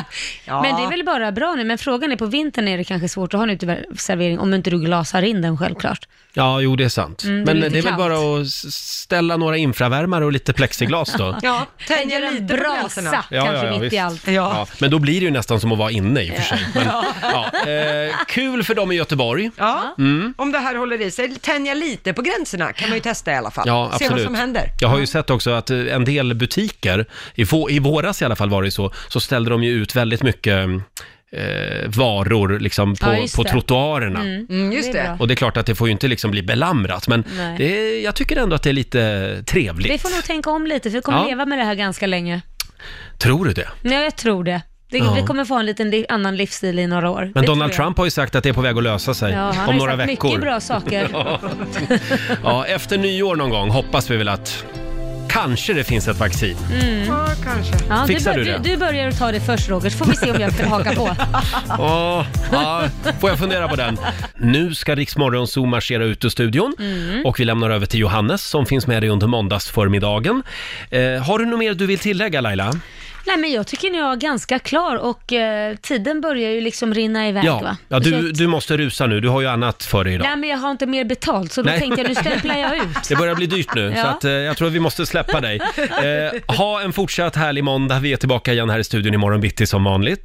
S1: Ja.
S4: Men det är väl bara bra nu. Men frågan är, på vintern är det kanske svårt att ha en uteservering om inte du glasar in den självklart.
S1: Ja, jo det är sant.
S4: Mm, det är
S1: Men det är,
S4: lite
S1: väl
S4: kallt.
S1: bara att s- ställa några infravärmare och lite plexiglas då.
S2: Ja, tänja
S4: en
S2: lite på
S4: brasa,
S2: gränserna.
S4: kanske mitt
S1: visst.
S4: i allt.
S1: Ja, men då blir det ju nästan som att vara inne i och för sig. Men, ja, eh, kul för dem i Göteborg.
S2: Ja,
S1: Mm.
S2: om det här håller i sig. Tänja lite på gränserna kan man ju testa i alla fall.
S1: Ja, absolut.
S2: Se vad som händer.
S1: Jag har ju sett också att eh, en del butiker, i, vå- i våras i alla fall var det ju så, så ställde de ju ut väldigt mycket eh, varor liksom på,
S2: Ja, just
S1: på
S2: det.
S1: trottoarerna.
S2: Mm. Mm, just
S4: Det är
S2: det.
S1: Och det är klart att det får ju inte liksom bli belamrat, men
S4: Nej.
S1: det är, jag tycker ändå att det är lite trevligt.
S4: Vi får nog tänka om lite, för vi kommer
S1: Ja.
S4: leva med det här ganska länge.
S1: Tror du det?
S4: Ja, jag tror det. det
S1: Ja.
S4: Vi kommer få en liten li- annan livsstil i några år.
S1: Men
S4: det
S1: Donald
S4: tror jag.
S1: Trump har ju sagt att det är på väg att lösa sig
S4: Ja, han har
S1: om
S4: ju
S1: några
S4: sagt
S1: veckor.
S4: mycket bra saker.
S1: ja. ja, efter nyår någon gång hoppas vi väl att kanske det finns ett vaccin.
S4: Mm. Ja,
S2: kanske.
S1: Fixar
S4: du,
S1: du
S4: bör-
S1: det?
S4: du, du börjar ta det först Roger, så får vi se om jag kan haka på.
S1: Åh, ja, får jag fundera på den? Nu ska Riksmorgon Zoo marschera ut ur studion
S4: Mm.
S1: och vi lämnar över till Johannes som finns med dig under måndagsförmiddagen. Eh, har du något mer du vill tillägga Laila?
S4: Nej men jag tycker ni är ganska klar och eh, tiden börjar ju liksom rinna iväg
S1: Ja,
S4: va?
S1: ja
S4: Så
S1: du,
S4: att-
S1: du måste rusa nu, du har ju annat för dig idag.
S4: Nej men jag har inte mer betalt så då
S1: Nej.
S4: tänkte jag nu stämplar jag ut.
S1: Det börjar bli dyrt nu,
S4: Ja.
S1: så att, eh, jag tror att vi måste släppa dig. Eh, ha en fortsatt härlig måndag. Vi är tillbaka igen här i studion imorgon bitti som vanligt.